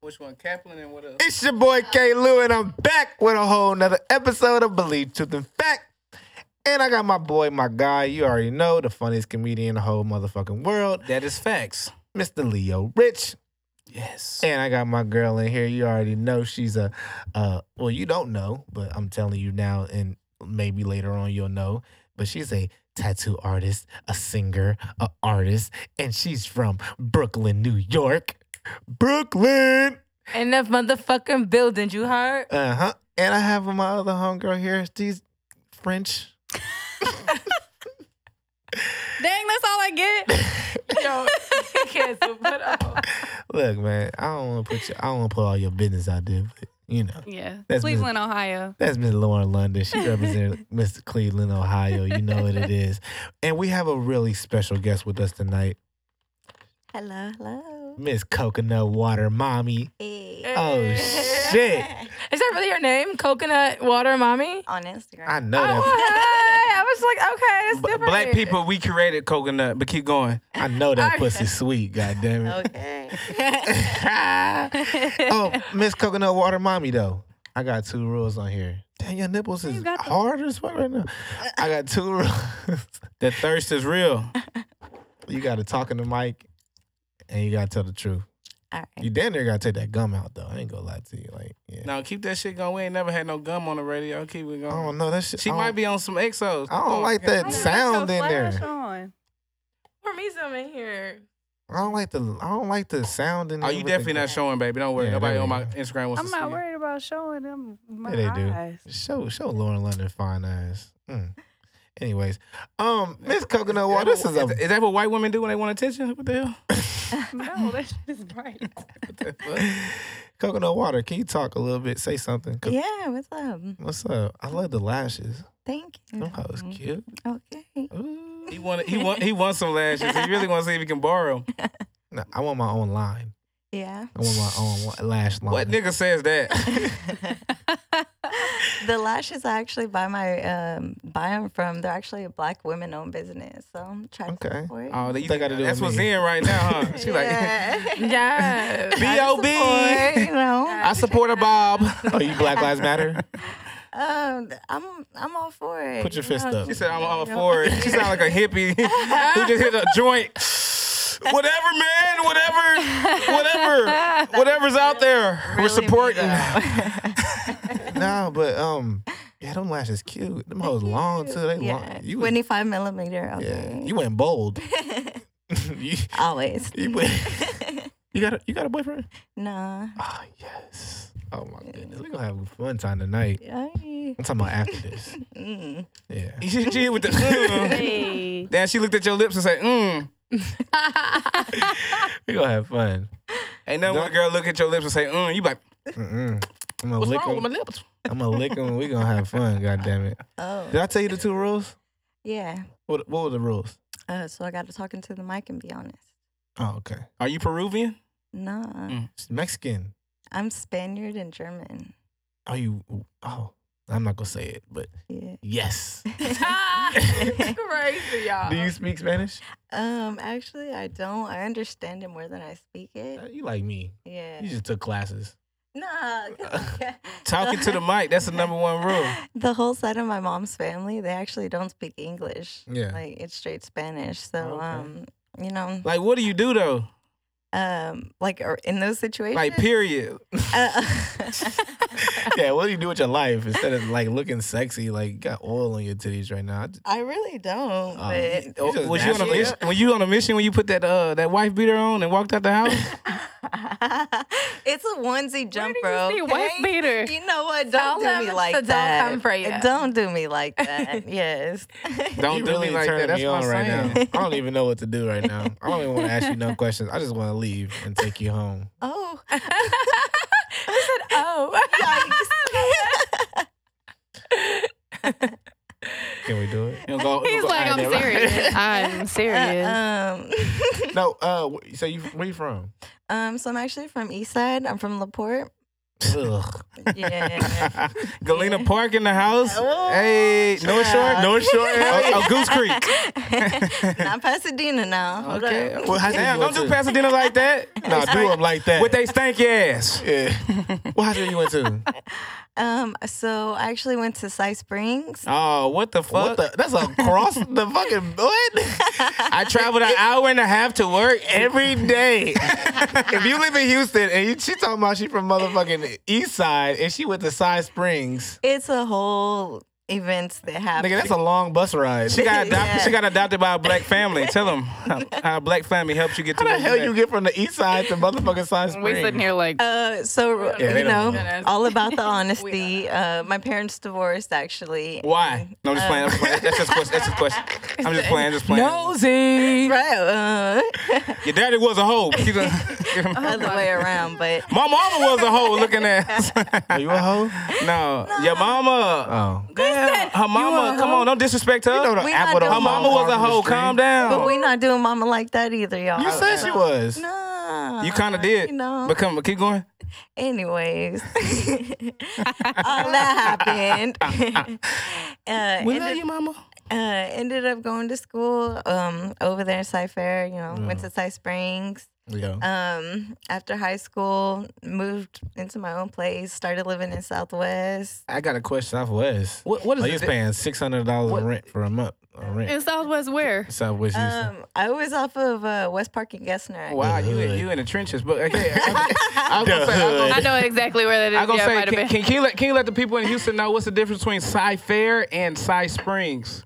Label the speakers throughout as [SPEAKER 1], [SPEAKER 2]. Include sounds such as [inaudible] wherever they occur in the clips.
[SPEAKER 1] Which one? Kaplan and what else?
[SPEAKER 2] It's your boy K. Lou, and I'm back with a whole nother episode of Believe Truth and Fact. And I got my boy, my guy, you already know, the funniest comedian in the whole motherfucking world,
[SPEAKER 1] That is facts.
[SPEAKER 2] Mr. Leo Rich.
[SPEAKER 1] Yes.
[SPEAKER 2] And I got my girl in here, you already know she's a, uh, well, you don't know, but I'm telling you now, and maybe later on you'll know, but she's a tattoo artist, a singer, a artist, and she's from Brooklyn, New York. Brooklyn!
[SPEAKER 3] Enough motherfucking building, you heard?
[SPEAKER 2] Uh huh. And I have my other homegirl here. She's French.
[SPEAKER 3] Dang, that's all I [laughs] get. Yo, cancel, but oh.
[SPEAKER 2] Look, man, I don't want to put you, I don't want to put all your business out there, but you know.
[SPEAKER 3] Yeah.
[SPEAKER 2] That's me.
[SPEAKER 3] Cleveland, Ohio.
[SPEAKER 2] That's Miss Lauren London. She represents Mr. Cleveland, Ohio. You know what it is. And we have a really special guest with us tonight,
[SPEAKER 4] Hello, hello.
[SPEAKER 2] Miss Coconut Water Mommy.
[SPEAKER 4] Hey.
[SPEAKER 2] Oh shit!
[SPEAKER 3] Uh, Is that really your name? Coconut Water Mommy?
[SPEAKER 4] On Instagram.
[SPEAKER 2] I know
[SPEAKER 3] Oh,
[SPEAKER 2] that.
[SPEAKER 3] hey. I was like, okay, that's
[SPEAKER 2] B-
[SPEAKER 3] different.
[SPEAKER 1] Black people, we created coconut, but keep going.
[SPEAKER 2] I know that
[SPEAKER 3] I-
[SPEAKER 2] pussy sweet. God [laughs] damn it.
[SPEAKER 4] okay.
[SPEAKER 2] [laughs] oh, Miss Coconut Water Mommy though. I got two rules on here. Dang, your nipples
[SPEAKER 3] You
[SPEAKER 2] is
[SPEAKER 3] got the-
[SPEAKER 2] hard as fuck right now. I got two rules. [laughs]
[SPEAKER 1] The thirst is real.
[SPEAKER 2] you gotta talk in the mic and you gotta tell the truth.
[SPEAKER 4] All right.
[SPEAKER 2] You damn near gotta take that gum out though. I ain't gonna lie to you. Like, yeah.
[SPEAKER 1] [laughs] Now keep that shit going. We ain't never had no gum on the radio. Keep it
[SPEAKER 2] I
[SPEAKER 1] going.
[SPEAKER 2] don't know. That shit.
[SPEAKER 1] She
[SPEAKER 2] I don't-
[SPEAKER 1] might be on some exos.
[SPEAKER 2] I don't like that sound in there.
[SPEAKER 5] On.
[SPEAKER 3] Pour me some in here.
[SPEAKER 2] I don't like the I don't like the sound in
[SPEAKER 1] Oh,
[SPEAKER 2] there.
[SPEAKER 1] you
[SPEAKER 2] with the
[SPEAKER 1] definitely not
[SPEAKER 2] gum.
[SPEAKER 1] showing, baby. Don't worry.
[SPEAKER 2] Yeah,
[SPEAKER 1] Nobody
[SPEAKER 2] there
[SPEAKER 1] on
[SPEAKER 2] you
[SPEAKER 1] my
[SPEAKER 2] go.
[SPEAKER 1] Instagram wants
[SPEAKER 5] I'm
[SPEAKER 1] to see
[SPEAKER 5] not
[SPEAKER 1] you.
[SPEAKER 5] worried about showing them my
[SPEAKER 2] Yeah, they do.
[SPEAKER 5] eyes.
[SPEAKER 2] Show show Lauren London fine ass. Mm. Anyways, um, Miss Coconut
[SPEAKER 1] Is
[SPEAKER 2] Water, this
[SPEAKER 1] that
[SPEAKER 2] is
[SPEAKER 1] what-
[SPEAKER 2] a
[SPEAKER 1] is that what white women do when they want attention? What the hell?
[SPEAKER 5] No, that shit is bright.
[SPEAKER 2] Coconut Water. Can you talk a little bit? Say something. 'Cause
[SPEAKER 4] Yeah, what's up?
[SPEAKER 2] What's up? I love the lashes.
[SPEAKER 4] Thank you. Mm-hmm.
[SPEAKER 2] Them hoes
[SPEAKER 1] Mm-hmm.
[SPEAKER 2] cute.
[SPEAKER 4] Okay.
[SPEAKER 2] Ooh.
[SPEAKER 1] He want he want he wants some lashes. He really wants to see if he can borrow. 'em.
[SPEAKER 2] Nah, I want my own line.
[SPEAKER 4] Yeah.
[SPEAKER 2] I want my own wa- lash line.
[SPEAKER 1] What nigga says
[SPEAKER 2] [laughs]
[SPEAKER 1] that? Oh,
[SPEAKER 4] the lashes I actually buy my um buy them from. They're actually a black women owned business, so I'm trying
[SPEAKER 2] Okay.
[SPEAKER 4] to support.
[SPEAKER 1] Oh,
[SPEAKER 2] They gotta do
[SPEAKER 1] that's
[SPEAKER 2] with
[SPEAKER 1] what's
[SPEAKER 2] me.
[SPEAKER 1] in right now, huh? She [laughs] like
[SPEAKER 2] [laughs]
[SPEAKER 4] yeah.
[SPEAKER 3] Yeah.
[SPEAKER 4] [laughs]
[SPEAKER 1] B.O.B.
[SPEAKER 4] Support, you know,
[SPEAKER 1] I support a Bob.
[SPEAKER 2] Oh, you Black Lives Matter?
[SPEAKER 1] [laughs]
[SPEAKER 4] um, I'm I'm all for it.
[SPEAKER 2] Put your
[SPEAKER 4] you
[SPEAKER 2] fist
[SPEAKER 4] know.
[SPEAKER 2] up.
[SPEAKER 1] She said, I'm, I'm for it. She sound like a hippie [laughs] who just hit a joint. [sighs] Whatever, man. Whatever. Whatever. Whatever's out there. We're
[SPEAKER 4] Really me,
[SPEAKER 1] supporting.
[SPEAKER 2] no, but um, yeah, them lashes cute. Them hoes long too. They
[SPEAKER 4] Yeah,
[SPEAKER 2] long. You was-
[SPEAKER 4] 25 millimeter.
[SPEAKER 2] [laughs] yeah,
[SPEAKER 4] Okay.
[SPEAKER 1] [laughs]
[SPEAKER 2] you went bold. you,
[SPEAKER 4] Always.
[SPEAKER 2] you went. You got a you got a boyfriend?
[SPEAKER 4] [laughs] nah.
[SPEAKER 2] Ah, yes. Oh my goodness, we gonna have a fun time tonight.
[SPEAKER 4] I-
[SPEAKER 2] I'm talking about after this.
[SPEAKER 1] Mm-hmm.
[SPEAKER 4] mm.
[SPEAKER 1] [laughs]
[SPEAKER 2] Yeah.
[SPEAKER 1] [laughs] She, she with the mm.
[SPEAKER 5] Hey.
[SPEAKER 1] Then she looked at your lips and said, mm.
[SPEAKER 2] [laughs] We gonna have fun.
[SPEAKER 1] Ain't nothing when a girl look at your lips and say, mm. You be like,
[SPEAKER 2] Mm-mm. I'm gonna
[SPEAKER 1] what's
[SPEAKER 2] lick
[SPEAKER 1] wrong with my
[SPEAKER 2] them.
[SPEAKER 1] lips?
[SPEAKER 2] I'm gonna lick them. We gonna
[SPEAKER 1] [laughs]
[SPEAKER 2] have fun. God damn it.
[SPEAKER 4] Oh.
[SPEAKER 2] Did I tell you the two rules?
[SPEAKER 4] Yeah.
[SPEAKER 2] What What were the rules?
[SPEAKER 4] Uh, so I got to talk into the mic and be honest.
[SPEAKER 2] Oh, okay.
[SPEAKER 1] Are you Peruvian?
[SPEAKER 4] Nah,
[SPEAKER 2] It's Mexican.
[SPEAKER 4] I'm Spaniard and German.
[SPEAKER 2] Are you? Oh, I'm not gonna say it, but [laughs]
[SPEAKER 4] Yeah. [laughs]
[SPEAKER 2] yes.
[SPEAKER 3] [laughs]
[SPEAKER 4] Uh-huh.
[SPEAKER 3] Crazy, y'all.
[SPEAKER 2] Do you speak Spanish?
[SPEAKER 4] um, actually, I don't. I understand it more than I speak
[SPEAKER 2] Uh,
[SPEAKER 4] it.
[SPEAKER 2] You like me.
[SPEAKER 4] Yeah.
[SPEAKER 2] You uh, just took classes. [laughs]
[SPEAKER 4] Nah. [laughs] 'cause-
[SPEAKER 1] Talking to the mic, that's the number one rule.
[SPEAKER 4] [laughs] The whole side of my mom's family, they actually don't speak English.
[SPEAKER 2] Yeah. Oh,
[SPEAKER 4] Like it's straight Spanish. So,
[SPEAKER 2] Okay.
[SPEAKER 4] um, you know,
[SPEAKER 1] Like, what do you do though?
[SPEAKER 4] um, like or in those situations,
[SPEAKER 1] Like, period.
[SPEAKER 2] [laughs]
[SPEAKER 4] uh,
[SPEAKER 2] yeah. What do you do with your life instead of like looking sexy? Like you got oil on your titties right now. I d-
[SPEAKER 4] [laughs] I really
[SPEAKER 2] Oh,
[SPEAKER 4] don't. but
[SPEAKER 2] you-
[SPEAKER 1] Oh,
[SPEAKER 2] just
[SPEAKER 1] was you on a
[SPEAKER 2] nasty.
[SPEAKER 1] mission? Were you on a mission when you put that uh, that wife beater on and walked out the house?
[SPEAKER 4] [laughs] it's a onesie jumper. okay?
[SPEAKER 5] see wife beater?
[SPEAKER 4] You know what?
[SPEAKER 3] Tell
[SPEAKER 4] Don't do
[SPEAKER 3] them
[SPEAKER 4] me
[SPEAKER 3] it's
[SPEAKER 4] like
[SPEAKER 3] the don't
[SPEAKER 4] that.
[SPEAKER 3] come for you.
[SPEAKER 4] Don't do me like that. yes.
[SPEAKER 1] Don't
[SPEAKER 2] [laughs] you
[SPEAKER 1] do
[SPEAKER 2] really
[SPEAKER 1] me like
[SPEAKER 2] turned
[SPEAKER 1] that. That's
[SPEAKER 2] me
[SPEAKER 1] what
[SPEAKER 2] on
[SPEAKER 1] I'm
[SPEAKER 2] right
[SPEAKER 1] saying.
[SPEAKER 2] now. I don't even know what to do right now. I don't even want to ask
[SPEAKER 1] [laughs]
[SPEAKER 2] you no questions. I just want to leave and take you home.
[SPEAKER 4] [laughs] oh. [laughs]
[SPEAKER 3] She said,
[SPEAKER 1] [laughs]
[SPEAKER 3] oh.
[SPEAKER 2] Can we do it?
[SPEAKER 1] You
[SPEAKER 5] [laughs]
[SPEAKER 1] gonna go- you gonna
[SPEAKER 5] He's
[SPEAKER 1] go-
[SPEAKER 5] like,
[SPEAKER 1] I
[SPEAKER 5] I'm
[SPEAKER 1] never-
[SPEAKER 3] [laughs]
[SPEAKER 5] serious. I'm serious.
[SPEAKER 3] Uh,
[SPEAKER 4] um. [laughs]
[SPEAKER 2] No. Uh. wh- So you where you from?
[SPEAKER 1] [laughs]
[SPEAKER 4] um. So I'm actually from East Side. I'm from Laporte.
[SPEAKER 2] Ugh.
[SPEAKER 4] Yeah.
[SPEAKER 1] [laughs] [laughs] Galena Park in the house.
[SPEAKER 4] Oh,
[SPEAKER 1] hey, North Shore, [laughs]
[SPEAKER 4] child.
[SPEAKER 1] North Shore,
[SPEAKER 4] [laughs]
[SPEAKER 1] oh, oh, Goose Creek.
[SPEAKER 4] Not Pasadena now. Hold
[SPEAKER 2] Okay.
[SPEAKER 4] up.
[SPEAKER 2] Well, how's
[SPEAKER 1] Damn,
[SPEAKER 2] you
[SPEAKER 1] don't
[SPEAKER 2] went
[SPEAKER 1] do
[SPEAKER 2] to?
[SPEAKER 1] Pasadena oh, like that.
[SPEAKER 2] [laughs] Nah, do them like that.
[SPEAKER 1] With they stanky ass.
[SPEAKER 2] yeah. Well, how's you went to?
[SPEAKER 4] Um, so I actually went to Sice Springs.
[SPEAKER 1] Oh, what the fuck?
[SPEAKER 2] What the? That's across the fucking what?
[SPEAKER 1] I traveled
[SPEAKER 2] [laughs]
[SPEAKER 1] an hour and a half to work every day.
[SPEAKER 2] if you live in Houston and you, she talking about she from motherfucking East Side and she went to Side Springs,
[SPEAKER 4] It's a whole events that happen.
[SPEAKER 2] nigga, that's a long bus ride.
[SPEAKER 1] She got adopted.
[SPEAKER 4] Yeah.
[SPEAKER 1] She got adopted by a black family. Tell them how, how a black family helps you get to
[SPEAKER 2] How the
[SPEAKER 1] where
[SPEAKER 2] hell
[SPEAKER 1] at.
[SPEAKER 2] you get from the East Side to motherfucking Side
[SPEAKER 3] um,
[SPEAKER 2] Springs?
[SPEAKER 5] We sitting here like
[SPEAKER 4] uh, so
[SPEAKER 2] Yeah, they
[SPEAKER 4] you know,
[SPEAKER 2] don't
[SPEAKER 3] know.
[SPEAKER 2] [laughs]
[SPEAKER 4] all about the honesty. Uh, my parents divorced actually.
[SPEAKER 1] Why? No, I'm just playing. I'm just playing. That's just a question. That's just a question. I'm just playing. Just playing.
[SPEAKER 3] Nosy.
[SPEAKER 4] Right,
[SPEAKER 2] Oh,
[SPEAKER 4] uh,
[SPEAKER 1] Your daddy was a hoe. Keep it-
[SPEAKER 2] [laughs]
[SPEAKER 4] other way around, but
[SPEAKER 1] My [laughs] mama was a hoe looking at.
[SPEAKER 2] [laughs] Are you a
[SPEAKER 1] [laughs]
[SPEAKER 2] hoe?
[SPEAKER 1] no, your mama.
[SPEAKER 2] Oh.
[SPEAKER 1] Damn, her mama. Come on, don't disrespect her.
[SPEAKER 2] You know the
[SPEAKER 4] We
[SPEAKER 2] apple don't
[SPEAKER 4] not doing
[SPEAKER 1] her
[SPEAKER 2] fall
[SPEAKER 1] mama was
[SPEAKER 2] far
[SPEAKER 1] a
[SPEAKER 2] from the
[SPEAKER 1] hoe.
[SPEAKER 2] tree.
[SPEAKER 1] Calm down.
[SPEAKER 4] but we not doing mama like that either, y'all.
[SPEAKER 2] You said she was.
[SPEAKER 4] Nah.
[SPEAKER 1] You kind of did.
[SPEAKER 4] You know.
[SPEAKER 1] But come, keep going.
[SPEAKER 2] [laughs]
[SPEAKER 4] Anyways, [laughs] all that happened. [laughs] uh,
[SPEAKER 1] We
[SPEAKER 4] ended-
[SPEAKER 1] love you, mama.
[SPEAKER 4] uh, ended up going to school um, over there in Cy Fair, you know,
[SPEAKER 2] Mm.
[SPEAKER 4] went to Cy Springs.
[SPEAKER 2] Yeah.
[SPEAKER 4] Um, after high school, moved into my own place, started living in Southwest.
[SPEAKER 2] I got a question. Southwest.
[SPEAKER 1] What, what
[SPEAKER 2] Are
[SPEAKER 1] is
[SPEAKER 2] you
[SPEAKER 1] this?
[SPEAKER 2] paying six hundred dollars rent for a month? A rent.
[SPEAKER 5] in Southwest where?
[SPEAKER 1] Uh,
[SPEAKER 2] Southwest Houston.
[SPEAKER 4] Um, I was off of uh, West Park and Gessner.
[SPEAKER 1] Oh,
[SPEAKER 4] [laughs]
[SPEAKER 1] Wow,
[SPEAKER 2] The
[SPEAKER 1] you in-
[SPEAKER 2] hood.
[SPEAKER 1] you in the trenches, but
[SPEAKER 2] [laughs]
[SPEAKER 1] okay. I, I was gonna
[SPEAKER 2] The
[SPEAKER 1] say, I was
[SPEAKER 2] [laughs] hood.
[SPEAKER 1] gonna-
[SPEAKER 5] I know exactly where that is.
[SPEAKER 1] I was gonna
[SPEAKER 5] yeah, it might
[SPEAKER 1] say,
[SPEAKER 5] have
[SPEAKER 1] can, can,
[SPEAKER 3] [laughs]
[SPEAKER 5] been.
[SPEAKER 1] can you let can you let the people in Houston know what's the difference between Cy Fair and Cy Springs?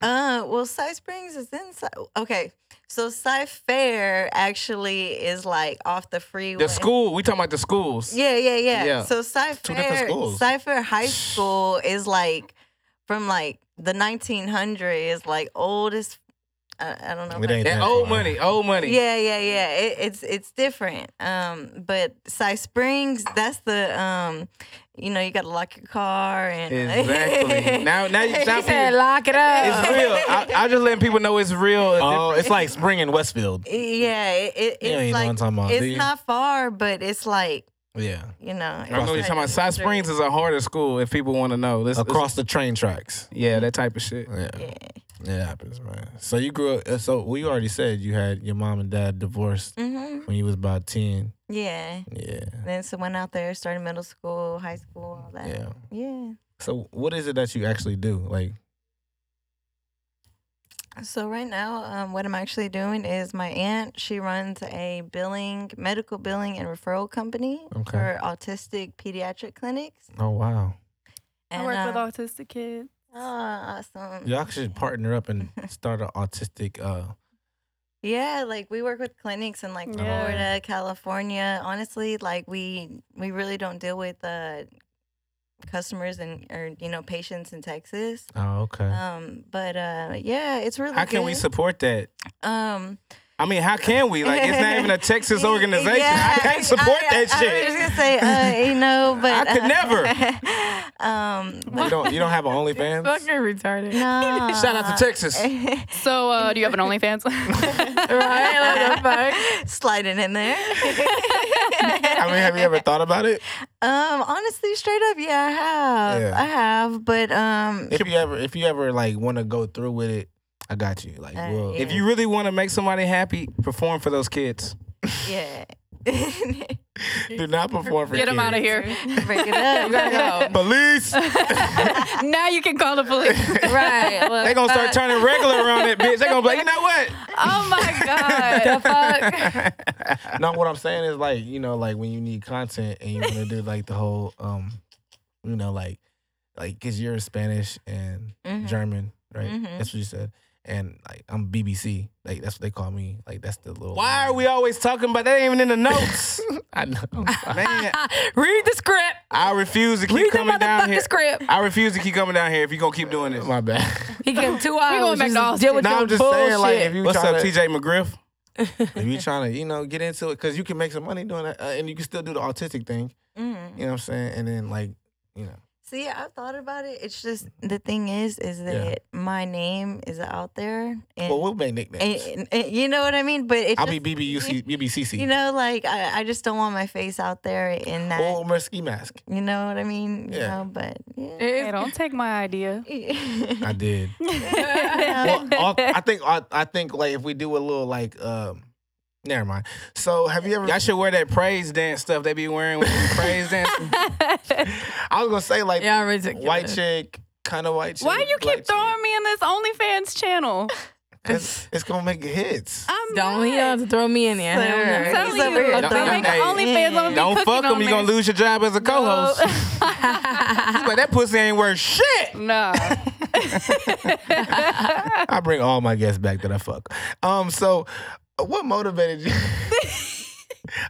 [SPEAKER 4] Uh, well, Cy Springs is in. Cy- okay, so Cy Fair actually is like off the freeway.
[SPEAKER 1] The school we talking about the schools.
[SPEAKER 4] Yeah, yeah, yeah.
[SPEAKER 1] Yeah.
[SPEAKER 4] So Cy
[SPEAKER 2] Two different
[SPEAKER 4] Fair,
[SPEAKER 2] schools.
[SPEAKER 4] Cy Fair High School is like from like the 1900s, like oldest. I, I don't know.
[SPEAKER 2] It
[SPEAKER 4] if I-
[SPEAKER 2] ain't
[SPEAKER 1] And
[SPEAKER 2] that
[SPEAKER 1] old
[SPEAKER 2] far.
[SPEAKER 1] money, old money.
[SPEAKER 4] Yeah, yeah, yeah. It, it's it's different. Um, but Cy Springs, that's the um, you know, you got to lock your car and [laughs]
[SPEAKER 1] Exactly. now, now you now
[SPEAKER 3] She said,
[SPEAKER 1] people-
[SPEAKER 3] lock it up.
[SPEAKER 1] It's
[SPEAKER 3] [laughs]
[SPEAKER 1] real. I, I'm just letting people know it's real.
[SPEAKER 2] Oh, it's like Spring in Westfield.
[SPEAKER 4] yeah, it, it,
[SPEAKER 2] You ain't
[SPEAKER 4] it's
[SPEAKER 2] know what I'm
[SPEAKER 4] like
[SPEAKER 2] talking about, do you?
[SPEAKER 4] it's not far, but it's like
[SPEAKER 2] Yeah.
[SPEAKER 4] you know.
[SPEAKER 1] I know what you're talking about. Cy Springs is a harder school if people want to know. This
[SPEAKER 2] Across the train tracks.
[SPEAKER 1] yeah, that type of shit.
[SPEAKER 2] Yeah. It happens, man. So you grew up. uh, So we already said you had your mom and dad divorced
[SPEAKER 4] Mm-hmm.
[SPEAKER 2] when you was about ten.
[SPEAKER 4] Yeah.
[SPEAKER 2] Yeah,
[SPEAKER 4] Then so went out there, started middle school, high school, all that.
[SPEAKER 2] yeah.
[SPEAKER 4] yeah.
[SPEAKER 2] So what is it that you actually do? Like,
[SPEAKER 4] So right now, um, what I'm actually doing is my aunt. She runs a billing, medical billing and referral company
[SPEAKER 2] Okay.
[SPEAKER 4] for autistic pediatric clinics.
[SPEAKER 2] oh wow,
[SPEAKER 5] I work with
[SPEAKER 4] uh,
[SPEAKER 5] autistic kids.
[SPEAKER 4] oh, awesome.
[SPEAKER 2] y'all should partner up and start an autistic. Uh,
[SPEAKER 4] Yeah, like we work with clinics in like
[SPEAKER 5] Yeah.
[SPEAKER 4] Florida, California. Honestly, like we we really don't deal with uh, customers and or you know patients in Texas.
[SPEAKER 2] oh okay.
[SPEAKER 4] [laughs] Um, but uh, yeah, it's really
[SPEAKER 1] How can we
[SPEAKER 4] good.
[SPEAKER 1] support that?
[SPEAKER 4] um.
[SPEAKER 1] I mean, how can we? Like, it's not even
[SPEAKER 4] [laughs]
[SPEAKER 1] a Texas organization. I can't support
[SPEAKER 4] I-
[SPEAKER 1] that
[SPEAKER 4] I-
[SPEAKER 1] shit.
[SPEAKER 4] I was gonna say, uh, you
[SPEAKER 1] [laughs]
[SPEAKER 4] know, but
[SPEAKER 1] I could
[SPEAKER 4] uh,
[SPEAKER 1] never.
[SPEAKER 4] [laughs] um,
[SPEAKER 2] you don't. You don't have an
[SPEAKER 3] Fucking
[SPEAKER 2] OnlyFans.
[SPEAKER 3] retarded.
[SPEAKER 4] nah.
[SPEAKER 1] Shout out to Texas.
[SPEAKER 4] [laughs]
[SPEAKER 3] [laughs]
[SPEAKER 5] So, uh, do you have an OnlyFans? [laughs]
[SPEAKER 3] right? What the fuck?
[SPEAKER 4] Sliding in
[SPEAKER 1] [laughs]
[SPEAKER 4] there.
[SPEAKER 2] I mean, have you ever thought about it?
[SPEAKER 4] [laughs] um, honestly, straight up, yeah, I have,
[SPEAKER 2] Yeah.
[SPEAKER 4] I have,
[SPEAKER 1] [laughs]
[SPEAKER 4] but um,
[SPEAKER 2] If you ever, if you ever like want to go through with it, I got you. Like,
[SPEAKER 4] Uh,
[SPEAKER 2] well,
[SPEAKER 4] yeah.
[SPEAKER 1] If [laughs] you really want to make somebody happy, perform for those kids.
[SPEAKER 4] yeah,
[SPEAKER 2] do not perform for
[SPEAKER 5] Get them out of
[SPEAKER 2] kids.
[SPEAKER 5] here.
[SPEAKER 4] [laughs] break
[SPEAKER 3] [laughs]
[SPEAKER 4] it up.
[SPEAKER 1] Police,
[SPEAKER 5] now you can call the police.
[SPEAKER 3] Right. Look,
[SPEAKER 1] they gonna start
[SPEAKER 3] fuck.
[SPEAKER 1] turning regular around that bitch. They gonna be
[SPEAKER 3] [laughs]
[SPEAKER 1] like, you know [laughs] what?
[SPEAKER 5] Oh my god.
[SPEAKER 3] The [laughs] fuck?
[SPEAKER 2] no, what I'm saying is like, you know, like when you need content and you want to do like the whole, um, you know, like, like because you're Spanish and
[SPEAKER 4] Mhm.
[SPEAKER 2] German, right?
[SPEAKER 4] Mhm.
[SPEAKER 2] That's what you said. And like I'm BBC, like that's what they call me. Like that's the
[SPEAKER 1] [laughs]
[SPEAKER 2] little.
[SPEAKER 1] Why are we always talking about that? Ain't even in the notes.
[SPEAKER 2] [laughs] I
[SPEAKER 4] [laughs]
[SPEAKER 2] know. [laughs]
[SPEAKER 1] Man,
[SPEAKER 3] [laughs] Read the script.
[SPEAKER 1] I refuse to keep
[SPEAKER 3] Read the
[SPEAKER 1] coming down
[SPEAKER 3] motherfucking
[SPEAKER 1] here.
[SPEAKER 5] [laughs]
[SPEAKER 3] script.
[SPEAKER 1] I refuse to keep coming down here if you gonna keep doing this.
[SPEAKER 2] My
[SPEAKER 4] [laughs]
[SPEAKER 2] bad.
[SPEAKER 3] He gave him two hours.
[SPEAKER 5] going back
[SPEAKER 3] just
[SPEAKER 5] to Austin.
[SPEAKER 3] Deal with
[SPEAKER 2] no,
[SPEAKER 3] your
[SPEAKER 2] I'm just
[SPEAKER 3] bullshit.
[SPEAKER 2] saying, like, if you
[SPEAKER 1] What's
[SPEAKER 2] tryna-
[SPEAKER 1] up, TJ McGriff?
[SPEAKER 2] if you trying to, you know, get into it, because you can make some money doing that, uh, and you can still do the autistic thing.
[SPEAKER 4] Mhm.
[SPEAKER 2] You know what I'm saying? And then like, you know,
[SPEAKER 4] See, I've thought about it. It's just the thing is, is that my name is out there, and,
[SPEAKER 2] Well, we'll make nicknames.
[SPEAKER 4] and- and- you know what I mean. But it
[SPEAKER 2] I'll
[SPEAKER 4] just,
[SPEAKER 2] be
[SPEAKER 4] [laughs]
[SPEAKER 2] BBUC, BBCC.
[SPEAKER 4] you know, like I, I just don't want my face out there in that.
[SPEAKER 2] Or wear a ski mask.
[SPEAKER 4] you know what I mean? You
[SPEAKER 2] Oh. Yeah.
[SPEAKER 4] know, but yeah.
[SPEAKER 5] Hey, don't take my
[SPEAKER 3] [laughs]
[SPEAKER 5] idea.
[SPEAKER 2] I did.
[SPEAKER 4] No.
[SPEAKER 5] [laughs]
[SPEAKER 2] Well, all- [laughs] I think I, I think like if we do a little like um, never mind. So have you ever?
[SPEAKER 1] Y'all should wear that praise dance stuff they be wearing when they be praise dancing.
[SPEAKER 2] I was gonna say like
[SPEAKER 3] Y'all ridiculous.
[SPEAKER 2] white chick, kind of white chick.
[SPEAKER 5] Why you
[SPEAKER 2] black
[SPEAKER 5] keep throwing me in this OnlyFans channel?
[SPEAKER 2] chick. It's, it's gonna make
[SPEAKER 5] [laughs]
[SPEAKER 2] hits.
[SPEAKER 5] I'm
[SPEAKER 3] Don't you
[SPEAKER 5] not.
[SPEAKER 3] have to throw me in there. Hell
[SPEAKER 4] Sir.
[SPEAKER 3] no.
[SPEAKER 5] telling
[SPEAKER 4] He's over
[SPEAKER 5] you,
[SPEAKER 4] here
[SPEAKER 5] don't
[SPEAKER 1] throwing
[SPEAKER 5] make
[SPEAKER 1] it.
[SPEAKER 5] OnlyFans. I'ma be
[SPEAKER 1] Don't
[SPEAKER 5] cooking
[SPEAKER 1] fuck
[SPEAKER 5] on
[SPEAKER 1] them. You gonna
[SPEAKER 5] there.
[SPEAKER 1] lose your job as a co-host. but that pussy ain't worth shit.
[SPEAKER 5] No.
[SPEAKER 2] I bring all my guests back that I fuck. Um, so uh, what motivated you? [laughs]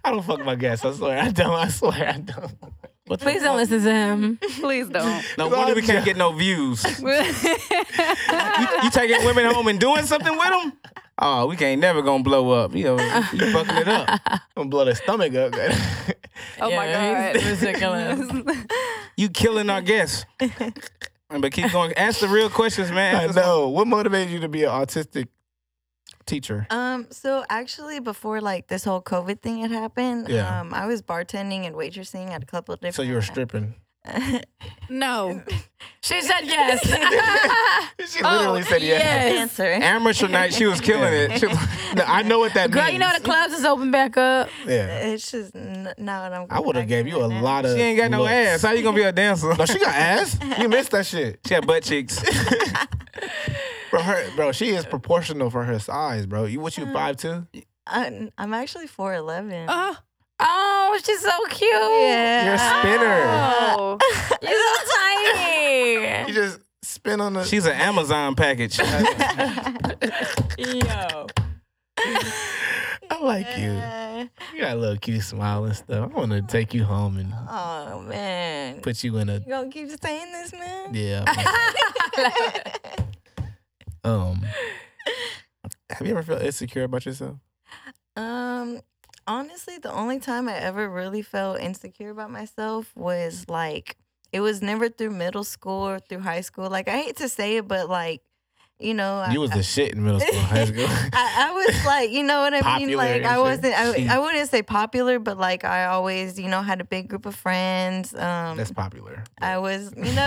[SPEAKER 2] I don't fuck my guests. I swear I don't. I swear I don't. What the
[SPEAKER 3] [laughs] Please don't
[SPEAKER 2] fuck?
[SPEAKER 3] listen to him.
[SPEAKER 5] Please don't. Oh
[SPEAKER 1] No wonder we can't get no views. You, you taking women home and doing something with them? Oh, we can't never gonna blow up. You know, you fucking it
[SPEAKER 5] [laughs]
[SPEAKER 1] up.
[SPEAKER 2] I'm gonna blow their stomach up.
[SPEAKER 5] [laughs] oh my
[SPEAKER 3] Yeah,
[SPEAKER 5] god.
[SPEAKER 3] he's [laughs] ridiculous.
[SPEAKER 1] You killing our guests. But keep going. Ask the real questions, man.
[SPEAKER 2] I [laughs]
[SPEAKER 1] Ask us-
[SPEAKER 2] know. What motivated you to be an autistic teacher?
[SPEAKER 4] [laughs] Um, so actually before like this whole COVID thing had happened,
[SPEAKER 2] Yeah.
[SPEAKER 4] um, I was bartending and waitressing at a couple of different
[SPEAKER 2] So you
[SPEAKER 4] [laughs]
[SPEAKER 2] were stripping.
[SPEAKER 5] [laughs] no.
[SPEAKER 3] She said
[SPEAKER 5] [laughs]
[SPEAKER 3] yes.
[SPEAKER 2] [laughs] She literally said yeah.
[SPEAKER 3] yes.
[SPEAKER 4] dancer.
[SPEAKER 1] Amateur night, she was killing it. She was like,
[SPEAKER 2] No, I know what that
[SPEAKER 3] Girl,
[SPEAKER 2] means.
[SPEAKER 3] you know the clubs is open back up.
[SPEAKER 2] [laughs] yeah.
[SPEAKER 4] It's just n- not what I'm
[SPEAKER 2] I would have
[SPEAKER 4] back
[SPEAKER 2] gave
[SPEAKER 4] to
[SPEAKER 2] you a
[SPEAKER 4] right now.
[SPEAKER 2] lot of.
[SPEAKER 1] she ain't got no
[SPEAKER 2] looks.
[SPEAKER 1] ass. How you gonna be a dancer? [laughs]
[SPEAKER 2] No, she got ass. You missed that shit.
[SPEAKER 1] She had butt cheeks.
[SPEAKER 2] Bro, her, bro, she is proportional for her size, bro. You what you five two?
[SPEAKER 4] I'm, Uh, I'm actually 4'11.
[SPEAKER 5] Oh.
[SPEAKER 3] Oh, she's so cute.
[SPEAKER 4] yeah.
[SPEAKER 2] You're a spinner.
[SPEAKER 5] Oh.
[SPEAKER 3] You're so tiny.
[SPEAKER 2] You just spin on the.
[SPEAKER 1] She's an Amazon package.
[SPEAKER 4] [laughs]
[SPEAKER 3] Yo.
[SPEAKER 2] I like you.
[SPEAKER 4] Uh,
[SPEAKER 2] You got a little cute smile and stuff. I want to take you home and
[SPEAKER 4] Oh, man.
[SPEAKER 2] put you in a
[SPEAKER 4] you gonna keep saying this, man? [laughs]
[SPEAKER 2] yeah. um, have you ever felt insecure about yourself?
[SPEAKER 4] Um, honestly, the only time I ever really felt insecure about myself was like it was never through middle school or through high school. Like I hate to say it, but like you know, I-
[SPEAKER 2] You was
[SPEAKER 4] [laughs] I-
[SPEAKER 2] the shit in middle school, high school.
[SPEAKER 4] [laughs]
[SPEAKER 2] [laughs]
[SPEAKER 4] I, I was like, you know what I mean?
[SPEAKER 2] Popular
[SPEAKER 4] Like
[SPEAKER 2] and
[SPEAKER 4] I
[SPEAKER 2] shit.
[SPEAKER 4] wasn't,
[SPEAKER 2] Shit.
[SPEAKER 4] I, I wouldn't say popular, but like I always, you know, had a big group of friends. Um,
[SPEAKER 2] That's popular.
[SPEAKER 4] I was, you know,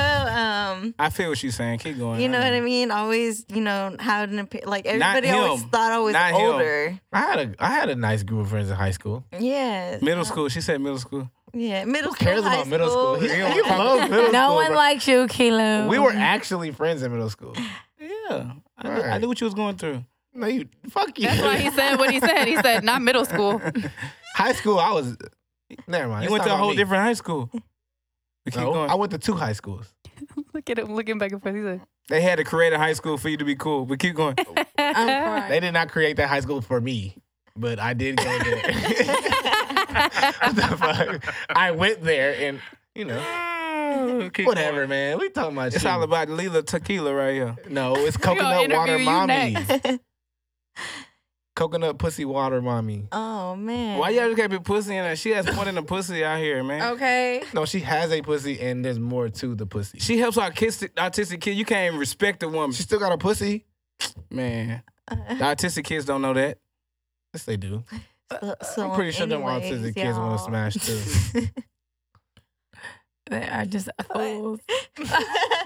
[SPEAKER 4] um,
[SPEAKER 1] I feel what she's saying. Keep going.
[SPEAKER 4] you know what
[SPEAKER 2] Mm-hmm.
[SPEAKER 4] I mean? Always, you know, had an opinion. Like everybody always
[SPEAKER 1] him.
[SPEAKER 4] thought I was
[SPEAKER 1] Not him.
[SPEAKER 4] older.
[SPEAKER 2] I had a I had a nice group of friends in high school.
[SPEAKER 4] Yes.
[SPEAKER 1] Middle school. She said middle school.
[SPEAKER 4] Yeah, middle
[SPEAKER 2] Who cares
[SPEAKER 4] school.
[SPEAKER 2] about
[SPEAKER 4] high
[SPEAKER 2] middle school? [laughs]
[SPEAKER 4] school.
[SPEAKER 2] He,
[SPEAKER 4] [laughs]
[SPEAKER 2] he loves middle
[SPEAKER 3] No
[SPEAKER 2] school.
[SPEAKER 3] one
[SPEAKER 2] bro.
[SPEAKER 3] likes you, Kilo.
[SPEAKER 2] We were actually friends in middle school.
[SPEAKER 1] Yeah, I, knew, I
[SPEAKER 2] Right.
[SPEAKER 1] knew what you was going through.
[SPEAKER 2] No, you fuck you.
[SPEAKER 5] That's why he said what he said. He said not middle
[SPEAKER 4] Oh.
[SPEAKER 5] school.
[SPEAKER 2] [laughs] high school. I was never mind.
[SPEAKER 1] You
[SPEAKER 2] it's
[SPEAKER 1] went
[SPEAKER 2] not
[SPEAKER 1] to a
[SPEAKER 2] about
[SPEAKER 1] whole
[SPEAKER 2] me.
[SPEAKER 1] different high
[SPEAKER 4] [laughs]
[SPEAKER 1] school. We keep
[SPEAKER 2] No,
[SPEAKER 1] going.
[SPEAKER 2] I went to two high schools.
[SPEAKER 5] [laughs] Look at him looking back and forth. He's like,
[SPEAKER 1] they had to create a high school for you to be cool. But keep
[SPEAKER 2] [laughs]
[SPEAKER 1] going.
[SPEAKER 3] I'm crying.
[SPEAKER 2] They did not create that high school for me, but I did go
[SPEAKER 1] [laughs]
[SPEAKER 2] there. [laughs] What the fuck? I went there and you know
[SPEAKER 1] Keep
[SPEAKER 2] whatever,
[SPEAKER 1] going.
[SPEAKER 2] man. We talking about
[SPEAKER 1] It's
[SPEAKER 2] you.
[SPEAKER 1] all about Lila Tequila right here. [laughs]
[SPEAKER 2] no. It's
[SPEAKER 5] gonna
[SPEAKER 2] coconut water,
[SPEAKER 5] interview you
[SPEAKER 2] mommy.
[SPEAKER 5] next.
[SPEAKER 2] [laughs] Coconut pussy water, mommy.
[SPEAKER 4] [laughs] Oh man.
[SPEAKER 1] Why
[SPEAKER 2] [laughs]
[SPEAKER 1] y'all just can't be pussy in her? She has more than a pussy out here, man.
[SPEAKER 3] Okay.
[SPEAKER 2] No, she has a pussy, and there's more to the pussy.
[SPEAKER 1] She helps our kids, autistic kid. You can't even respect a woman,
[SPEAKER 2] She still got a pussy.
[SPEAKER 1] man. The autistic kids don't know that.
[SPEAKER 2] Yes, they do.
[SPEAKER 4] [laughs] So, so
[SPEAKER 2] pretty sure them
[SPEAKER 4] anyways,
[SPEAKER 2] autistic kids wanna
[SPEAKER 4] y'all.
[SPEAKER 2] smash, too.
[SPEAKER 3] They are just fools.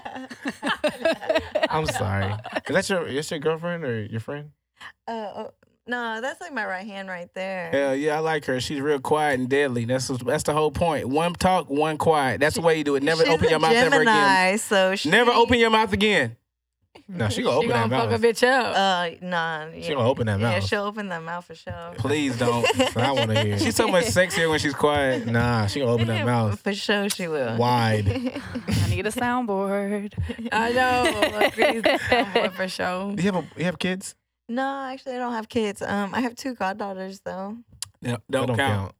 [SPEAKER 5] [laughs]
[SPEAKER 2] I'm sorry. Is that your? Is your girlfriend or your friend?
[SPEAKER 4] uh, [laughs] oh, no, that's like my right hand right there.
[SPEAKER 1] Hell yeah, I like her. She's real quiet and deadly. That's that's the whole point. One talk, one quiet. That's the way you do it. Never
[SPEAKER 4] She's
[SPEAKER 1] open
[SPEAKER 4] a
[SPEAKER 1] your mouth ever again.
[SPEAKER 4] Gemini, So she,
[SPEAKER 1] Never open your mouth again.
[SPEAKER 2] No, she gonna open
[SPEAKER 3] You
[SPEAKER 2] that
[SPEAKER 3] gonna fuck
[SPEAKER 2] mouth.
[SPEAKER 3] a bitch up.
[SPEAKER 4] Uh, nah. Yeah.
[SPEAKER 2] She gonna open that
[SPEAKER 4] Yeah,
[SPEAKER 2] mouth.
[SPEAKER 4] she'll open that mouth for sure.
[SPEAKER 1] Please don't.
[SPEAKER 2] [laughs] That's what I want to hear.
[SPEAKER 1] She's so
[SPEAKER 4] [laughs]
[SPEAKER 1] much sexier when she's quiet.
[SPEAKER 2] nah, she gonna open that mouth
[SPEAKER 4] For sure, she will. [laughs]
[SPEAKER 2] wide.
[SPEAKER 5] I need
[SPEAKER 1] [laughs]
[SPEAKER 5] a soundboard.
[SPEAKER 2] [laughs]
[SPEAKER 3] I
[SPEAKER 4] [laughs]
[SPEAKER 3] know. Please, I'm bored for sure.
[SPEAKER 2] Do you have a, you have kids?
[SPEAKER 4] No, actually, I don't have kids. Um, I have two goddaughters though,
[SPEAKER 1] No,
[SPEAKER 2] That
[SPEAKER 1] don't, count.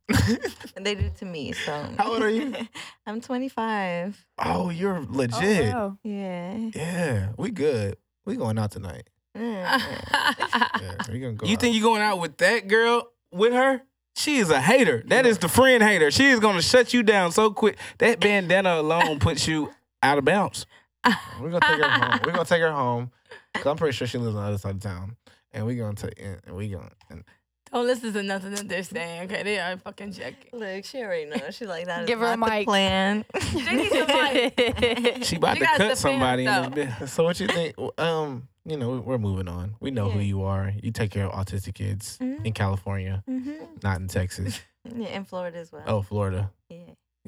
[SPEAKER 4] and they did to me. So
[SPEAKER 2] [laughs] How old are you?
[SPEAKER 4] [laughs] I'm 25.
[SPEAKER 2] Oh, you're
[SPEAKER 5] Oh,
[SPEAKER 2] legit.
[SPEAKER 5] wow.
[SPEAKER 2] [laughs]
[SPEAKER 4] Yeah. [laughs]
[SPEAKER 2] Yeah, we good. We going out tonight.
[SPEAKER 4] Mm.
[SPEAKER 3] [laughs]
[SPEAKER 2] Yeah, we gonna go.
[SPEAKER 1] You think you going out with that girl with her? She is a hater. That is the friend hater. She is gonna shut you down so quick. That bandana alone puts you
[SPEAKER 2] out of bounds. We're gonna take her home. We're gonna take her home. Cause I'm pretty sure she lives on the other side of town. And we're gonna take and and we gonna and
[SPEAKER 3] Don't listen to Oh, nothing that they're saying. Okay, they are fucking checking.
[SPEAKER 4] Look, she already knows. She's like that. is
[SPEAKER 5] Give her a
[SPEAKER 4] not the
[SPEAKER 5] mic. [laughs]
[SPEAKER 4] plan.
[SPEAKER 2] she about to
[SPEAKER 3] You gotta
[SPEAKER 2] cut
[SPEAKER 3] defend
[SPEAKER 2] somebody in
[SPEAKER 3] yourself.
[SPEAKER 2] this business. So what you think? Um, [laughs] you know, we're moving on. We know who
[SPEAKER 4] Yeah.
[SPEAKER 2] you are. You take care of autistic kids
[SPEAKER 4] Mhm.
[SPEAKER 2] in California,
[SPEAKER 4] Mhm.
[SPEAKER 2] not in Texas.
[SPEAKER 4] Yeah, in Florida as well.
[SPEAKER 2] Oh, Florida.
[SPEAKER 4] Yeah.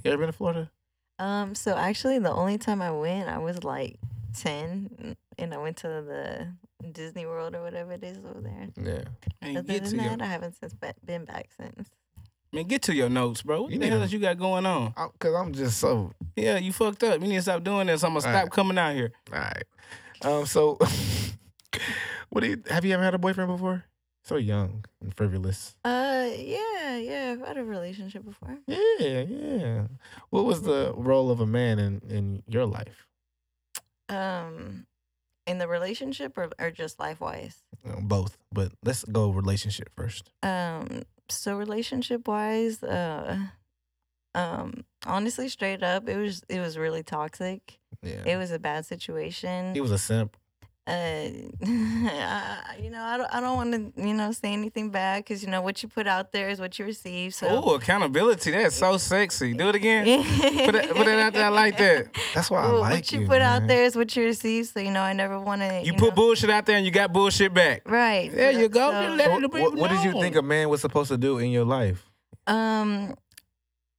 [SPEAKER 2] You ever been to Florida?
[SPEAKER 4] Um. So actually, the only time I went, I was like ten, and I went to the Disney World or whatever it is over there.
[SPEAKER 2] Yeah. Man,
[SPEAKER 4] Other
[SPEAKER 1] get to
[SPEAKER 4] than
[SPEAKER 1] your,
[SPEAKER 4] that, I haven't since ba- been back since.
[SPEAKER 1] man, get to your notes, bro. What
[SPEAKER 2] You
[SPEAKER 1] the
[SPEAKER 2] need
[SPEAKER 1] hell
[SPEAKER 2] to-
[SPEAKER 1] that you got going on?
[SPEAKER 2] I'm, Cause I'm just so
[SPEAKER 1] Yeah, you fucked up. You need to stop doing this. I'm gonna stop
[SPEAKER 2] Alright.
[SPEAKER 1] coming out here.
[SPEAKER 2] All right. Um. So, [laughs] what do you have you ever had a boyfriend before? So young and frivolous.
[SPEAKER 4] Uh. Yeah. Yeah. I've had a relationship before.
[SPEAKER 2] Yeah, yeah. What was the role of a man in in your life,
[SPEAKER 4] Um. In the relationship or, or just life wise.
[SPEAKER 2] Uh, both? But let's go relationship first.
[SPEAKER 4] Um, so relationship wise, uh um honestly straight up, it was it was really toxic.
[SPEAKER 2] Yeah.
[SPEAKER 4] It was a bad situation.
[SPEAKER 2] he was a simp.
[SPEAKER 4] uh [laughs] I- you know, I don't I don't want to, you know, say anything bad cuz you know what you put out there is what you receive. So
[SPEAKER 1] Oh, accountability. That's so sexy. Do it again. put it- put it out there like that.
[SPEAKER 4] [laughs]
[SPEAKER 2] That's why I
[SPEAKER 4] Well,
[SPEAKER 2] like
[SPEAKER 4] what you,
[SPEAKER 2] you,
[SPEAKER 4] put
[SPEAKER 2] man.
[SPEAKER 4] out there is what you receive. So you know, I never want to.
[SPEAKER 1] You put
[SPEAKER 4] know,
[SPEAKER 1] bullshit out there and you got bullshit back.
[SPEAKER 4] right.
[SPEAKER 1] There you go.
[SPEAKER 4] so-
[SPEAKER 1] Let
[SPEAKER 2] So
[SPEAKER 1] the
[SPEAKER 2] what, what did you
[SPEAKER 1] people
[SPEAKER 2] think
[SPEAKER 1] know.
[SPEAKER 2] a man was supposed to do in your life?
[SPEAKER 4] Um,